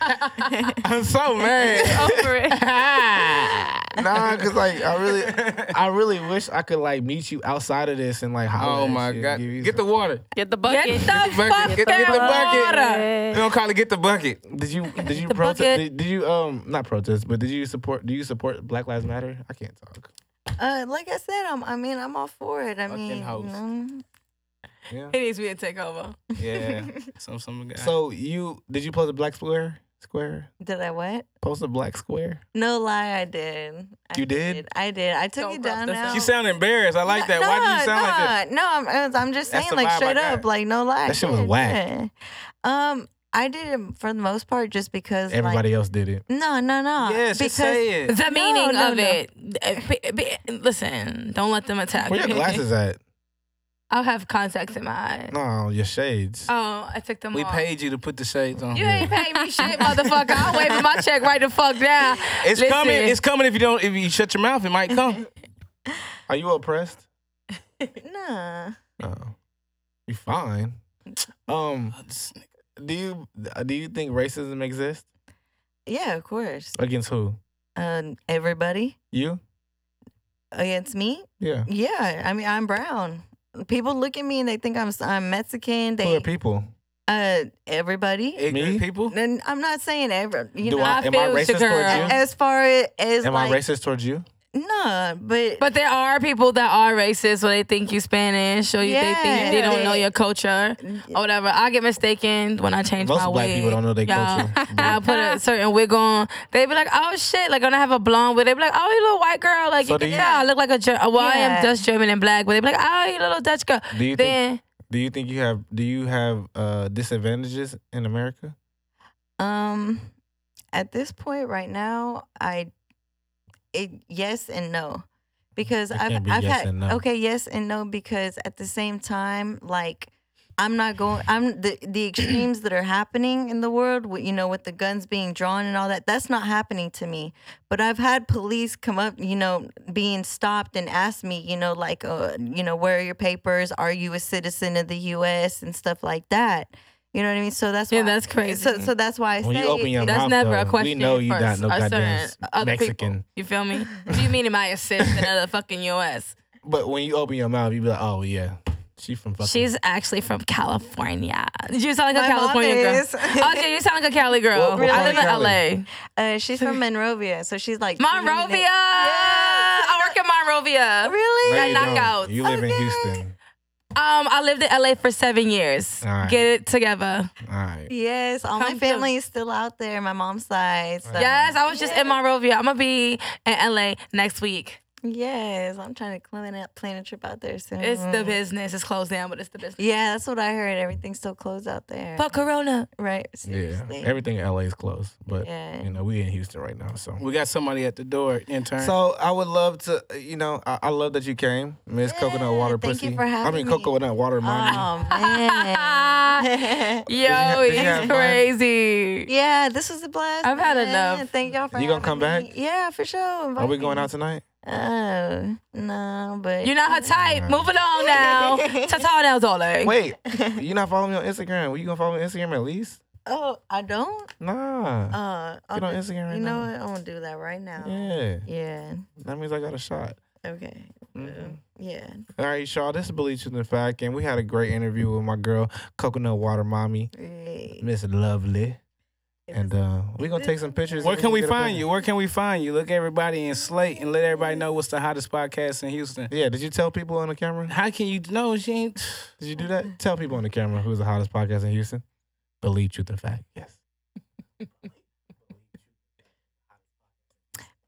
[SPEAKER 1] I'm so
[SPEAKER 2] [laughs]
[SPEAKER 1] mad. [laughs]
[SPEAKER 5] Over it.
[SPEAKER 2] Nah, cause like I really, I really wish I could like meet you outside of this and like. holler
[SPEAKER 1] Oh
[SPEAKER 2] at
[SPEAKER 1] my
[SPEAKER 2] you and
[SPEAKER 1] god.
[SPEAKER 2] give you
[SPEAKER 1] Get the
[SPEAKER 2] some-
[SPEAKER 1] water.
[SPEAKER 5] Get the
[SPEAKER 3] Get
[SPEAKER 5] bucket.
[SPEAKER 3] the fuck
[SPEAKER 1] Get, get the
[SPEAKER 3] out.
[SPEAKER 1] bucket.
[SPEAKER 5] Hey.
[SPEAKER 1] We don't call it get the bucket.
[SPEAKER 2] Did you
[SPEAKER 1] [laughs]
[SPEAKER 2] did you
[SPEAKER 3] The
[SPEAKER 2] protest?
[SPEAKER 3] bucket.
[SPEAKER 2] Did, did you um not protest, but did you support? Do you support Black Lives Matter? I can't talk.
[SPEAKER 4] uh, like I said, I'm, I mean, I'm all for it. I mean, you
[SPEAKER 1] hoes.
[SPEAKER 4] know,
[SPEAKER 3] He needs me to take over.
[SPEAKER 1] [laughs] Yeah. Some some guy.
[SPEAKER 2] So you did you post a black square? Square
[SPEAKER 4] did I what?
[SPEAKER 2] post a black square.
[SPEAKER 4] No lie, I did. I
[SPEAKER 2] You did?
[SPEAKER 4] I did. I took
[SPEAKER 3] Don't
[SPEAKER 4] it
[SPEAKER 3] rub
[SPEAKER 4] down
[SPEAKER 3] this
[SPEAKER 4] now.
[SPEAKER 3] out.
[SPEAKER 1] you sound embarrassed. I like that. Why do you sound like that?
[SPEAKER 4] No, I'm- I'm, I'm just
[SPEAKER 1] That's
[SPEAKER 4] saying,
[SPEAKER 1] the
[SPEAKER 4] like,
[SPEAKER 1] vibe I
[SPEAKER 4] straight
[SPEAKER 1] got.
[SPEAKER 4] up, like, no lie. I
[SPEAKER 2] That shit was
[SPEAKER 4] did,
[SPEAKER 2] whack.
[SPEAKER 4] yeah. Um, I did it for the most part just because,
[SPEAKER 2] Everybody else did it.
[SPEAKER 4] like, no, no, no.
[SPEAKER 1] Yes,
[SPEAKER 4] because
[SPEAKER 1] just say
[SPEAKER 3] [laughs]
[SPEAKER 1] it.
[SPEAKER 3] The
[SPEAKER 4] No,
[SPEAKER 3] meaning
[SPEAKER 4] no,
[SPEAKER 3] of
[SPEAKER 4] no.
[SPEAKER 3] it. Uh, b- b- Listen, don't let them attack
[SPEAKER 2] Where your
[SPEAKER 3] me.
[SPEAKER 2] glasses
[SPEAKER 3] [laughs]
[SPEAKER 2] at?
[SPEAKER 3] I'll have contacts in my eyes.
[SPEAKER 2] No, your shades.
[SPEAKER 3] Oh, I took them
[SPEAKER 1] We
[SPEAKER 3] off.
[SPEAKER 1] paid you to put the shades on.
[SPEAKER 3] You ain't paid me shit, motherfucker. I'm waving my check right the fuck down.
[SPEAKER 1] It's
[SPEAKER 3] Listen.
[SPEAKER 1] coming. It's coming if you don't if you shut your mouth, it might come.
[SPEAKER 2] Are you oppressed?
[SPEAKER 4] Nah.
[SPEAKER 2] No, Oh. you fine. Um, do you uh, do you think racism exists
[SPEAKER 4] Yeah, of course.
[SPEAKER 2] against who?
[SPEAKER 4] Um, everybody
[SPEAKER 2] You?
[SPEAKER 4] against me.
[SPEAKER 2] Yeah.
[SPEAKER 4] Yeah, I mean, I'm brown. People look at me and they think I'm I'm Mexican.
[SPEAKER 2] Who
[SPEAKER 4] They
[SPEAKER 2] are people?
[SPEAKER 4] uh everybody.
[SPEAKER 1] Ignorant people.
[SPEAKER 4] And I'm not saying every. You
[SPEAKER 2] do
[SPEAKER 4] know,
[SPEAKER 2] I,
[SPEAKER 3] I
[SPEAKER 2] am I
[SPEAKER 3] feel you,
[SPEAKER 2] racist
[SPEAKER 3] girl.
[SPEAKER 2] towards you?
[SPEAKER 4] as far as
[SPEAKER 2] Am
[SPEAKER 4] like,
[SPEAKER 2] I racist towards you?
[SPEAKER 4] No, but
[SPEAKER 3] But there are people that are racist where they think you Spanish or you they think they
[SPEAKER 4] Yeah.
[SPEAKER 3] don't know your culture or whatever. I get mistaken when I change
[SPEAKER 2] Most
[SPEAKER 3] my
[SPEAKER 2] black
[SPEAKER 3] wig.
[SPEAKER 2] people don't know their
[SPEAKER 3] [laughs] y'all.
[SPEAKER 2] culture.
[SPEAKER 3] I put
[SPEAKER 4] [laughs]
[SPEAKER 3] a certain wig on. They be like, "Oh shit!" Like when I have a blonde wig, they be like, "Oh, you little white girl." Like,
[SPEAKER 2] So
[SPEAKER 3] you
[SPEAKER 2] do
[SPEAKER 3] can
[SPEAKER 2] you-
[SPEAKER 3] tell I look like a Ger- well, I am
[SPEAKER 4] Yeah.
[SPEAKER 3] Dutch German and black, but they be like, "Oh, you little Dutch girl."
[SPEAKER 2] Do you think
[SPEAKER 3] Then
[SPEAKER 2] Do you think you have do you have uh disadvantages in America?
[SPEAKER 4] um, at this point right now, I it yes and no because
[SPEAKER 2] It
[SPEAKER 4] I've
[SPEAKER 2] can't be
[SPEAKER 4] I've
[SPEAKER 2] yes
[SPEAKER 4] had
[SPEAKER 2] and no.
[SPEAKER 4] okay yes and no because at the same time like. I'm not going. I'm the
[SPEAKER 2] [clears throat]
[SPEAKER 4] the extremes that are happening in the world. wi- You know, with the guns being drawn and all that. That's not happening to me. But I've had police come up. You know, being stopped and ask me. You know, like, uh, you know, where are your papers? Are you a citizen of the U.S. and stuff like that. You know what I mean? So that's
[SPEAKER 3] Yeah,
[SPEAKER 4] why-
[SPEAKER 3] that's crazy.
[SPEAKER 4] So so that's why I
[SPEAKER 2] When
[SPEAKER 4] say
[SPEAKER 2] you open your
[SPEAKER 4] [laughs]
[SPEAKER 3] that's
[SPEAKER 2] mouth,
[SPEAKER 3] never
[SPEAKER 2] though,
[SPEAKER 3] a question.
[SPEAKER 2] we know you
[SPEAKER 3] for
[SPEAKER 2] not no
[SPEAKER 3] a certain
[SPEAKER 2] goddamn
[SPEAKER 3] other
[SPEAKER 2] Mexican.
[SPEAKER 3] people. You feel me? Do you mean in my assist in the fucking U.S.?
[SPEAKER 2] But when you open your mouth, you be like, "Oh yeah, she from fucking."
[SPEAKER 3] She's actually from California. You sound like a
[SPEAKER 4] My mom
[SPEAKER 3] California girl.
[SPEAKER 4] is.
[SPEAKER 3] Oh, yeah, you sound like a Cali girl.
[SPEAKER 2] What- what
[SPEAKER 3] I
[SPEAKER 2] part
[SPEAKER 3] live
[SPEAKER 2] of
[SPEAKER 3] in
[SPEAKER 2] Cali?
[SPEAKER 3] LA.
[SPEAKER 4] Uh, she's from Monrovia, so she's like 20
[SPEAKER 3] Monrovia.
[SPEAKER 4] minutes- Yes.
[SPEAKER 3] I work in Monrovia.
[SPEAKER 4] Really?
[SPEAKER 2] No,
[SPEAKER 3] Got
[SPEAKER 2] you don't.
[SPEAKER 3] knockouts.
[SPEAKER 2] You live in
[SPEAKER 4] Okay.
[SPEAKER 2] Houston.
[SPEAKER 3] Um, I lived in LA for seven years.
[SPEAKER 2] All right.
[SPEAKER 3] Get it together.
[SPEAKER 2] All right.
[SPEAKER 4] Yes, all
[SPEAKER 3] Come
[SPEAKER 4] my
[SPEAKER 3] to-
[SPEAKER 4] family is still out there. My mom's side. So.
[SPEAKER 3] Yes, I was just in Monrovia. I'm gonna be in LA next week.
[SPEAKER 4] Yes, I'm trying to plan a plan a trip out there soon.
[SPEAKER 3] It's the business. It's closed down, but it's the business.
[SPEAKER 4] Yeah, that's what I heard. Everything's still closed out there.
[SPEAKER 3] But Corona.
[SPEAKER 4] right?
[SPEAKER 2] Yeah.
[SPEAKER 4] Seriously.
[SPEAKER 2] Everything in LA is closed, but
[SPEAKER 4] Yeah.
[SPEAKER 2] you know we in Houston right now, so
[SPEAKER 1] We got somebody at the door, intern.
[SPEAKER 2] So I would love to, uh, you know, I, I love that you came, Miss Coconut
[SPEAKER 4] Yeah,
[SPEAKER 2] Water
[SPEAKER 4] thank
[SPEAKER 2] Pussy.
[SPEAKER 4] you for
[SPEAKER 2] I mean
[SPEAKER 4] having me.
[SPEAKER 2] Coconut Water Mommy.
[SPEAKER 4] Oh
[SPEAKER 3] [laughs]
[SPEAKER 4] man.
[SPEAKER 3] Yo,
[SPEAKER 4] [laughs]
[SPEAKER 2] did you have fun?
[SPEAKER 3] it's crazy.
[SPEAKER 4] yeah, this was a blast.
[SPEAKER 3] I've had
[SPEAKER 4] man.
[SPEAKER 3] enough.
[SPEAKER 4] Thank y'all for
[SPEAKER 2] You gonna
[SPEAKER 4] having
[SPEAKER 2] come
[SPEAKER 4] me.
[SPEAKER 2] back?
[SPEAKER 4] Yeah, for sure.
[SPEAKER 2] Are we
[SPEAKER 4] Invite
[SPEAKER 2] going
[SPEAKER 4] me.
[SPEAKER 2] out
[SPEAKER 4] [laughs]
[SPEAKER 2] tonight?
[SPEAKER 4] Oh no, but
[SPEAKER 3] You're not her type. Moving on now. Tata now, darling.
[SPEAKER 2] Wait, you not following me on Instagram? Were you gonna follow me on Instagram at least?
[SPEAKER 4] Oh, I don't.
[SPEAKER 2] Nah.
[SPEAKER 4] Uh,
[SPEAKER 2] Get on
[SPEAKER 4] okay.
[SPEAKER 2] Instagram right
[SPEAKER 4] you know
[SPEAKER 2] now.
[SPEAKER 4] what? I'm gonna do that right now.
[SPEAKER 2] Yeah,
[SPEAKER 4] Yeah.
[SPEAKER 2] that means I got a shot.
[SPEAKER 4] Okay.
[SPEAKER 1] Mm-hmm.
[SPEAKER 2] Mhm.
[SPEAKER 4] Yeah.
[SPEAKER 2] All right, y'all. This is Bleach in the Fact, and we had a great interview with my girl Coconut Water Mommy,
[SPEAKER 4] Hey.
[SPEAKER 2] Miss Lovely, and uh, we gonna take some pictures.
[SPEAKER 1] Where
[SPEAKER 2] and
[SPEAKER 1] can we
[SPEAKER 2] get up in
[SPEAKER 1] find you? Where can we find you? Look everybody in Slate and let everybody know what's the hottest podcast in Houston.
[SPEAKER 2] there. Yeah. Did you tell people on the camera?
[SPEAKER 1] How can you know she ain't? [sighs]
[SPEAKER 2] Did you do that? Tell people on the camera who's the hottest podcast in Houston. Believe truth and fact. Yes.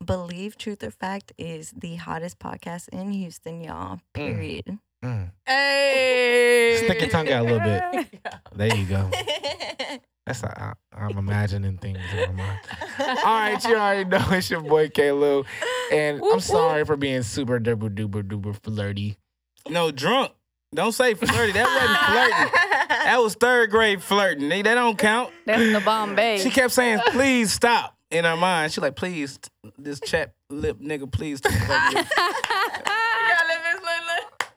[SPEAKER 4] Believe Truth or Fact is the hottest podcast in Houston, y'all. Period. [laughs]
[SPEAKER 2] Mm.
[SPEAKER 3] Hey.
[SPEAKER 2] Stick your tongue out a little bit. There you go. That's how I, I'm imagining things in my mind. All right, you already know it's your boy K. Lou, and I'm sorry for being super duper duper duper flirty.
[SPEAKER 1] No, drunk. Don't say flirty. That wasn't flirting. That was third grade flirting. They- That don't count.
[SPEAKER 5] That's the Bombay.
[SPEAKER 1] She kept saying, "Please stop." In her mind, she like, "Please, t- this chap lip nigga, please." T-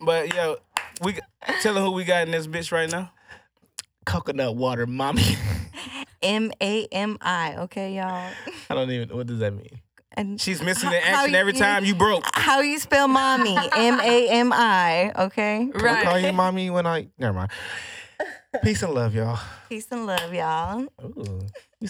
[SPEAKER 1] but yo, we tell her who we got in this bitch right now.
[SPEAKER 2] Coconut water, mommy. [laughs]
[SPEAKER 4] M A M I. Okay, y'all.
[SPEAKER 2] I don't even. What does that mean?
[SPEAKER 4] And
[SPEAKER 1] She's missing the
[SPEAKER 4] How- how
[SPEAKER 1] action
[SPEAKER 4] you
[SPEAKER 1] every
[SPEAKER 4] feel?
[SPEAKER 1] time you broke.
[SPEAKER 4] how you spell mommy? M A M I. Okay.
[SPEAKER 1] [laughs]
[SPEAKER 2] I call
[SPEAKER 3] Right.
[SPEAKER 2] you mommy when I. Never mind. Peace and love, y'all.
[SPEAKER 4] Peace and love, y'all.
[SPEAKER 2] Ooh.